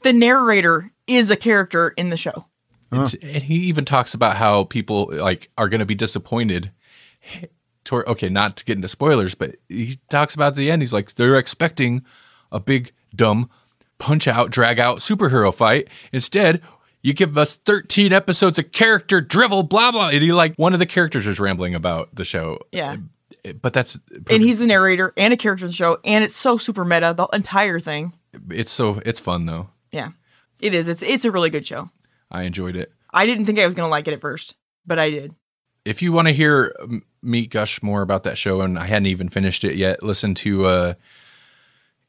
the narrator is a character in the show. It's- And he even talks about how people like are going to be disappointed. Tor- okay, not to get into spoilers, but he talks about at the end. He's like, they're expecting a big dumb punch out, drag out superhero fight. Instead, you give us 13 episodes of character drivel, blah blah. And he like one of the characters is rambling about the show. Yeah. But that's And he's the narrator and a character in the show, and it's so super meta, the entire thing. it's so it's fun though. Yeah. It is. It's it's a really good show. I enjoyed it. I didn't think I was gonna like it at first, but I did. if you want to hear um, me gush more about that show and I hadn't even finished it yet, listen to uh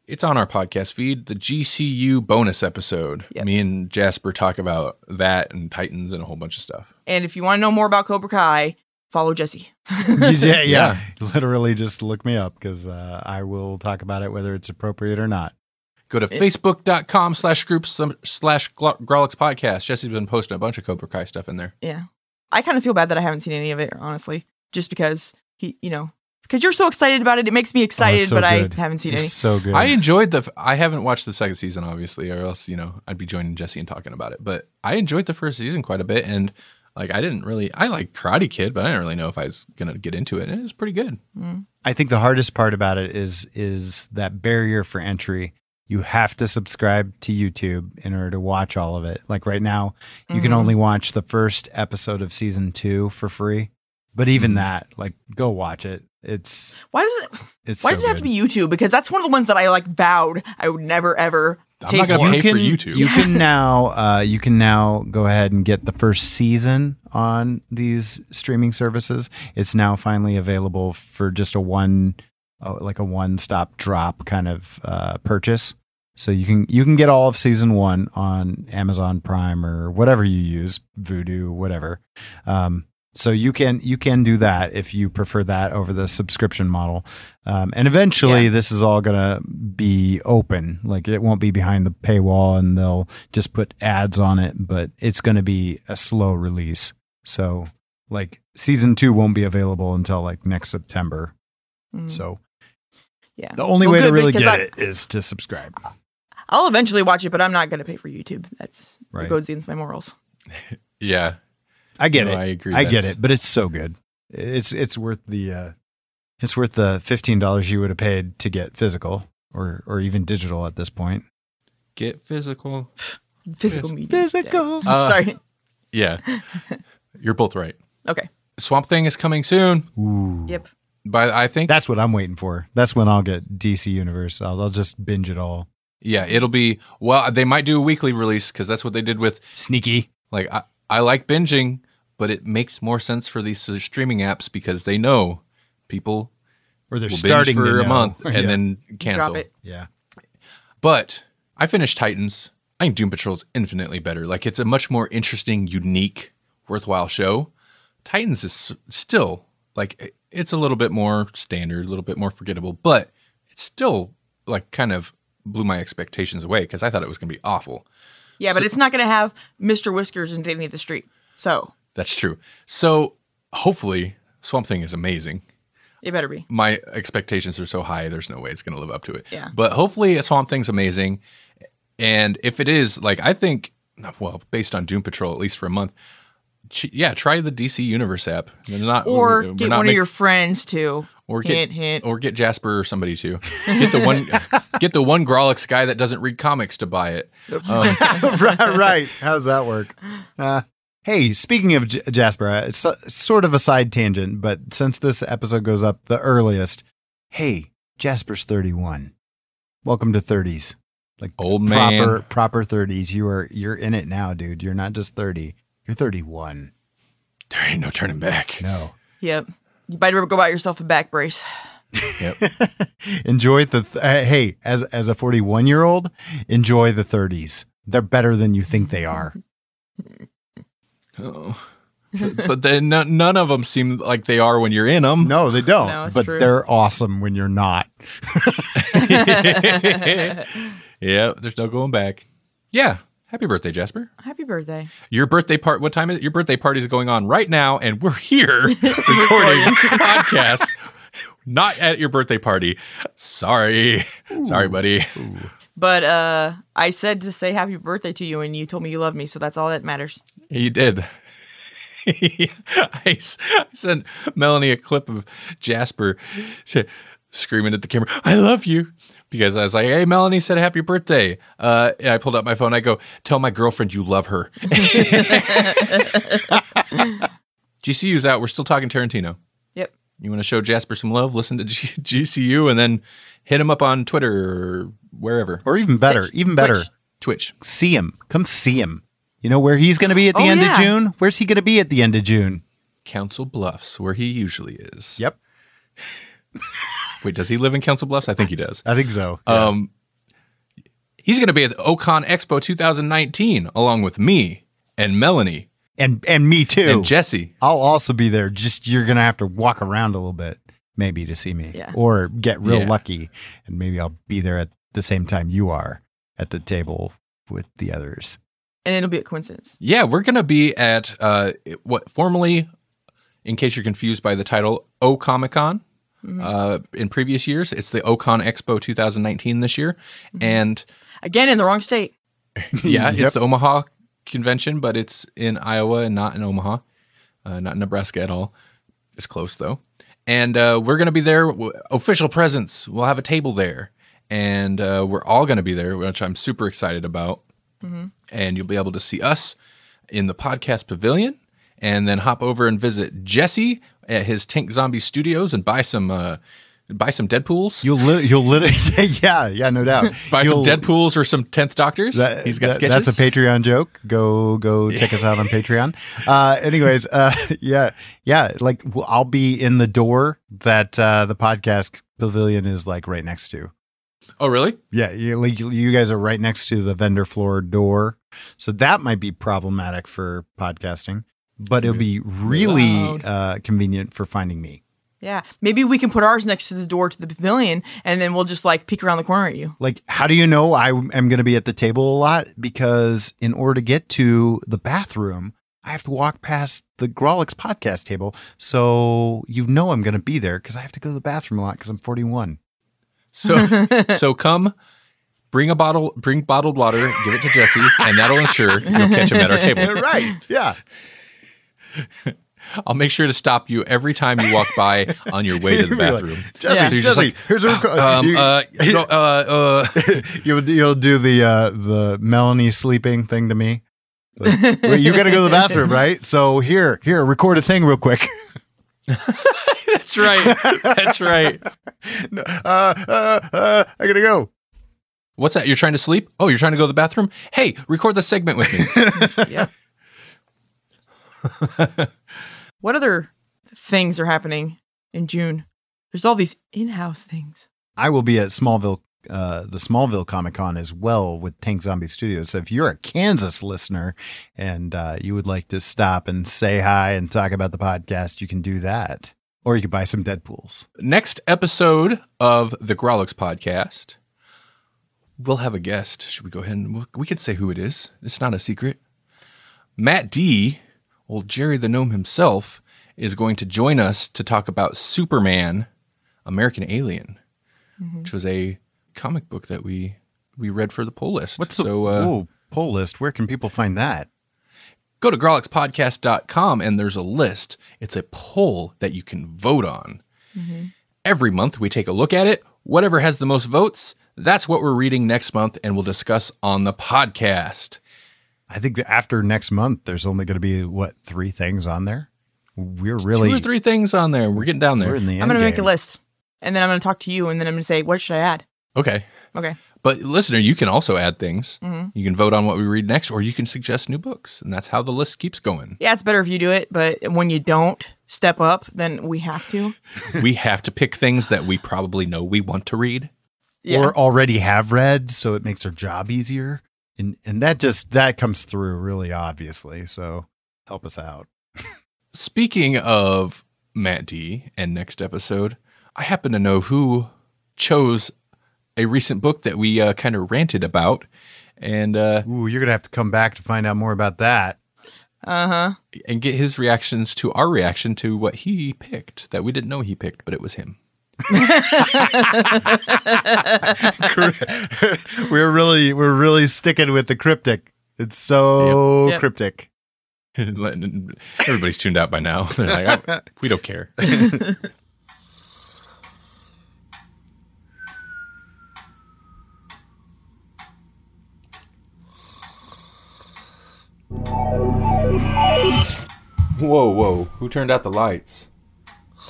it's on our podcast feed, the GCU bonus episode. Yep. Me and Jasper talk about that and Titans and a whole bunch of stuff. And if you want to know more about Cobra Kai, follow Jesse. yeah, yeah, Yeah. Literally, just look me up because uh, I will talk about it whether it's appropriate or not. Go to facebook.com slash group sum- slash Glo- Grolix podcast. Jesse's been posting a bunch of Cobra Kai stuff in there. Yeah. I kind of feel bad that I haven't seen any of it, honestly, just because he, you know, because you're so excited about it. It makes me excited, so but good. I haven't seen It's any. so good. I enjoyed the. F- I haven't watched the second season, obviously, or else you know I'd be joining Jesse and talking about it. But I enjoyed the first season quite a bit, and like I didn't really. I like Karate Kid, but I didn't really know if I was gonna get into it, and it was pretty good. I think the hardest part about it is is that barrier for entry. You have to subscribe to YouTube in order to watch all of it. Like right now, you can Mhm. only watch the first episode of season two for free. But even Mm-hmm. Mhm. that, like, go watch it. It's Why does it? it's. Why so does it have to good. be YouTube? Because that's one of the ones that I like vowed I would never ever. I'm Hey, not gonna you pay can, for YouTube. You can now uh, you can now go ahead and get the first season on these streaming services. It's now finally available for just a one uh, like a one stop drop kind of uh, purchase. So you can you can get all of season one on Amazon Prime or whatever you use, Voodoo, whatever. Um, so you can you can do that if you prefer that over the subscription model. Um, and eventually, this is all gonna be open. Like it won't be behind the paywall, and they'll just put ads on it. But it's gonna be a slow release. So like season two won't be available until like next September. Mm, So yeah, the only Well, way to good, really because get I- it is to subscribe. I'll eventually watch it, but I'm not going to pay for YouTube. That's Right. it goes against my morals. yeah, I get No, it. I agree. I get That's- it, but it's so good. It's it's worth the uh, it's worth the fifteen dollars you would have paid to get physical or or even digital at this point. Get physical. Physical media. Uh, Sorry. Yeah, you're both right. Okay. Swamp Thing is coming soon, Ooh. Yep. but I think That's what I'm waiting for. That's when I'll get DC Universe. I'll, I'll just binge it all. yeah, it'll be well. They might do a weekly release because that's what they did with Sneaky. Like I, I like binging, but it makes more sense for these uh, streaming apps because they know people Or they're will starting binge for to a know. month and Yeah. then cancel. Drop it. yeah. But I finished Titans. I think Doom Patrol's infinitely better. Like it's a much more interesting, unique, worthwhile show. Titans is s- still like it- it's a little bit more standard, a little bit more forgettable, but it's still like kind of blew my expectations away because I thought it was going to be awful. Yeah, but it's not going to have Mr. Whiskers and Danny the Street. So That's true. So hopefully Swamp Thing is amazing. it better be. my expectations are so high there's no way it's going to live up to it Yeah. but hopefully swamp thing's amazing And if it is, like, I think, well, based on Doom Patrol, at least for a month, ch- yeah, try the DC Universe app. They're not, Or we're- we're get not one make- of your friends to or get hint hint. or get Jasper or somebody to get the one get the one Grolix guy that doesn't read comics to buy it. Um, right, right. How's that work? Uh, hey, speaking of J- Jasper, uh, it's so- sort of a side tangent, but since this episode goes up the earliest, hey, Jasper's 31. Welcome to 30s. Like Old man. proper proper 30s. You are you're in it now, dude. You're not just 30. You're 31. there ain't no turning back. No. Yep. You better go buy yourself a back brace. enjoy the th- uh, hey, as as a 41-year-old, enjoy the 30s. They're better than you think they are. Oh. but then no, none of them seem like they are when you're in them. No, they don't. No, it's but true. they're awesome when you're not. Happy Yeah, there's no going back. Yeah. Happy birthday, Jasper. birthday. Your birthday part what time is it? Your birthday party is going on right now and we're here recording podcasts. Not at your birthday party. Sorry. Sorry, buddy. But uh I said to say happy birthday to you and you told me you love me, so that's all that matters. He did. I s- I sent Melanie a clip of Jasper s- screaming at the camera, I love you. Because I was like, hey, Melanie said happy birthday. Uh, and I pulled out my phone. I go, tell my girlfriend you love her. GCU's out. We're still talking Tarantino. Yep. You want to show Jasper some love? Listen to G- GCU and then hit him up on Twitter or wherever. Or even better, even better, Twitch. Twitch. see him. Come see him. You know where he's going to be at the Oh, end yeah. of June? Where's he going to be at the end of June? Council Bluffs, where he usually is. Yep, Wait, does he live in Council Bluffs? I think he does. I think so. Uh, Um, he's going to be at the Ocon Expo 2019 along with me and Melanie and and me too. and Jesse. I'll also be there. Just you're going to have to walk around a little bit maybe to see me Yeah. or get real Yeah. lucky and maybe I'll be there at the same time you are at the table with the others. And it'll be a coincidence. Yeah, we're going to be at uh, it- what formerly, in case you're confused by the title, O Comic Con. Mm-hmm. Uh, in previous years, it's the Ocon Expo 2019 this year, and Again in the wrong state. yeah, Yep. it's the Omaha convention, but it's in Iowa and not in Omaha, uh, not in Nebraska at all. It's close though, and uh, we're gonna be there. w- Official presence. We'll have a table there, and uh, we're all gonna be there, which I'm super excited about. Mm-hmm. And you'll be able to see us in the podcast pavilion, and then hop over and visit Jesse at his Tank Zombie Studios and buy some uh, buy some Deadpool's. You'll li- you'll literally yeah, yeah, no doubt. Buy You'll- some Deadpool's or some Tenth Doctors. That- He's got that- sketches. That's a Patreon joke. Go go check us out on Patreon. Uh, anyways, uh, yeah, yeah. Like w- I'll be in the door that uh, the podcast pavilion is like right next to. Oh, really? Yeah, you, like you- you guys are right next to the vendor floor door, so that might be problematic for podcasting, but it'll be really Loud. uh, convenient for finding me. Yeah. Maybe we can put ours next to the door to the pavilion and then we'll just like peek around the corner at you. Like, how do you know I am going to be at the table a lot? Because in order to get to the bathroom, I have to walk past the Grolix podcast table. So you know I'm going to be there because I have to go to the bathroom a lot because I'm 41. So so come, bring a bottle, bring bottled water, give it to Jesse, and that'll ensure you'll catch him at our table. right. Yeah. I'll make sure to stop you every time you walk by on your way to the You're like, bathroom. Jesse, Yeah. So you're just Jesse, like, here's a request. Um, you, uh, you know, uh, uh, will you'll do the uh, the Melanie sleeping thing to me. Like, Wait, you got to go to the bathroom, right? So here, here, record a thing real quick. that's right. That's right. No, uh, uh, uh, I gotta go. What's that? You're trying to sleep? Oh, you're trying to go to the bathroom? Hey, record the segment with me. yeah. what other things are happening in June? There's all these in-house things. I will be at Smallville, uh, the Smallville Comic Con as well with Tank Zombie Studios. So if you're a Kansas listener and uh, you would like to stop and say hi and talk about the podcast, you can do that. Or you could buy some Deadpools. Next episode of the Grolix podcast, we'll have a guest. Should we go ahead and we could say who it is? It's not a secret. Matt D, old Jerry the Gnome himself, is going to join us to talk about Mm-hmm. Superman, American Alien, which was a comic book that we we read for the poll list. What's the so uh, oh, poll list? Where can people find that? go to grolixpodcast.com and there's a list. It's a poll that you can vote on. Every month we take a look at it. Whatever has the most votes, that's what we're reading next month and we'll discuss on the podcast. I think that after next month, there's only going to be what three things on there. We're really Two or three things on there. We're getting down we're there. in the I'm end going to make a game. list and then I'm going to talk to you and then I'm going to say, what should I add? Okay. Okay. But listener, you can also add things. Mhm. You can vote on what we read next or you can suggest new books. And that's how the list keeps going. Yeah, it's better if you do it, but when you don't step up, then we have to. we have to pick things that we probably know we want to read. Yeah. or already have read, so it makes their job easier. And and that just that comes through really obviously. So help us out. Speaking of Matt D and next episode, I happen to know who chose a recent book that we uh, kind of ranted about. And uh, Ooh, you're gonna have to come back to find out more about that. uh huh. and get his reactions to our reaction to what he picked that we didn't know he picked, but it was him. we're really we're really sticking with the cryptic. It's so Yep. Yep. cryptic. Letting- Everybody's tuned out by now. They're like, "Oh, we don't care. Whoa, whoa, who turned out the lights?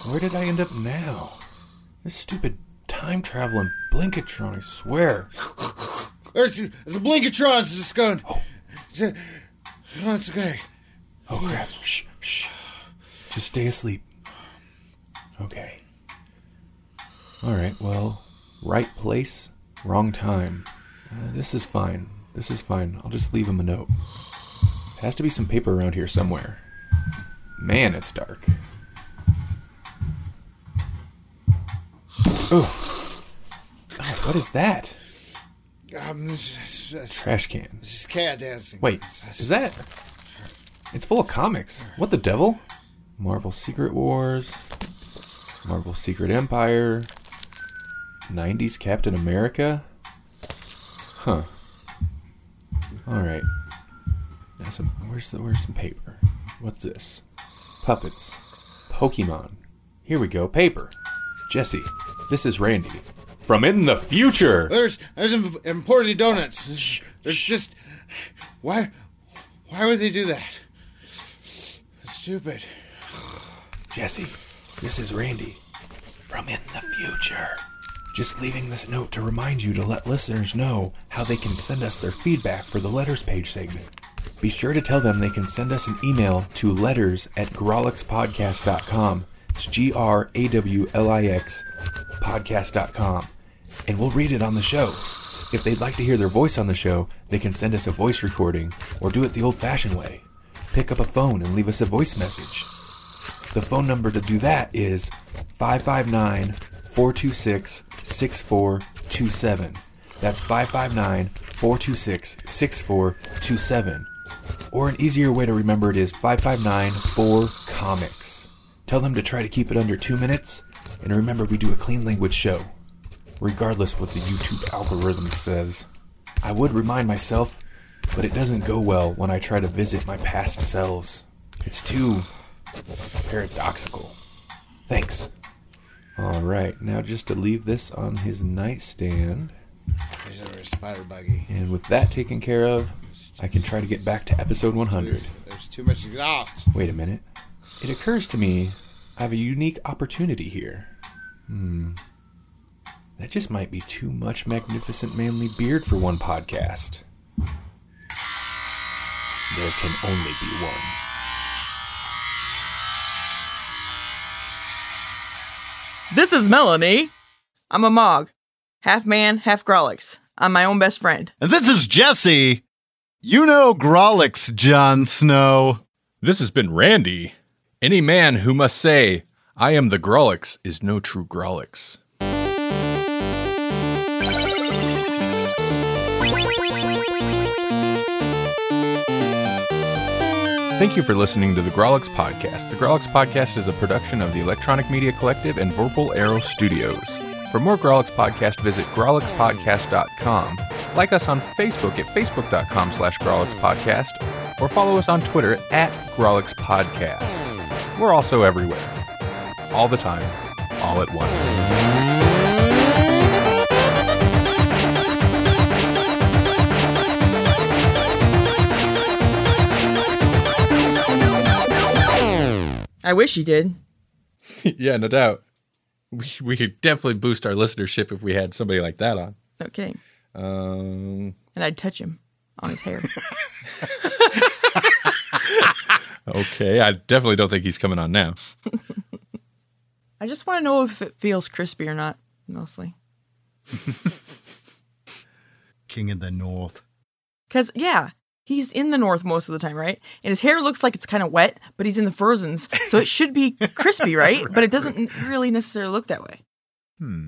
Where did I end up now? This stupid time traveling Blinkatron, I swear. There's, there's a Blinkatron just going. It's, a, oh, it's okay. Oh crap. Shh, shh. Just stay asleep. Okay. Alright, well, right place, wrong time. Uh, this is fine. This is fine. I'll just leave him a note. There has to be some paper around here somewhere. Man, it's dark. Oh. God, what is that? Um, this, this, this, Trash can. this is cat dancing. Wait, is that? It's full of comics. What the devil? Marvel Secret Wars, Marvel Secret Empire, 90s Captain America? Huh. Alright. Now some where's the where's some paper? What's this? Puppets. Pokemon. Here we go, paper. Jesse, this is Randy. From in the future! There's there's Im- imported donuts. There's, there's just why why would they do that? It's stupid. Jesse, this is Randy from in the future. Just leaving this note to remind you to let listeners know how they can send us their feedback for the letters page segment. Be sure to tell them they can send us an email to letters at growlixpodcast.com. It's G R A W L I X podcast.com. And we'll read it on the show. If they'd like to hear their voice on the show, they can send us a voice recording or do it the old fashioned way. Pick up a phone and leave us a voice message. The phone number to do that is 559 426 6427. That's 559 426 6427. Or an easier way to remember it is 559 4 Comics. Tell them to try to keep it under two minutes, and remember we do a clean language show, regardless what the YouTube algorithm says. I would remind myself, but it doesn't go well when I try to visit my past selves. It's too paradoxical. Thanks. All right, now just to leave this on his nightstand, There's a spider buggy. and with that taken care of, I can try to get back to episode 100. There's too much exhaust. Wait a minute. It occurs to me I have a unique opportunity here. Hmm. That just might be too much magnificent manly beard for one podcast. There can only be one. This is Melanie. I'm a Mog, half man, half Grolix. I'm my own best friend. And this is Jesse. You know Grolix, Jon Snow. This has been Randy. Any man who must say, I am the Grolix, is no true Grolix. Thank you for listening to the Grolix Podcast. The Grolix Podcast is a production of the Electronic Media Collective and Vorpal Arrow Studios. For more Grolix Podcast, visit grolixpodcast.com. Like us on Facebook at facebook.com slash Podcast, or follow us on Twitter at Grolix Podcast. We're also everywhere. All the time. All at once. I wish you did. yeah, no doubt. We, we could definitely boost our listenership if we had somebody like that on. No kidding. Um, And I'd touch him on his hair. okay, I definitely don't think he's coming on now. I just want to know if it feels crispy or not, mostly. King of the North. Because, yeah, he's in the north most of the time, right? And his hair looks like it's kind of wet, but he's in the frozens. So it should be crispy, right? But it doesn't really necessarily look that way. Hmm.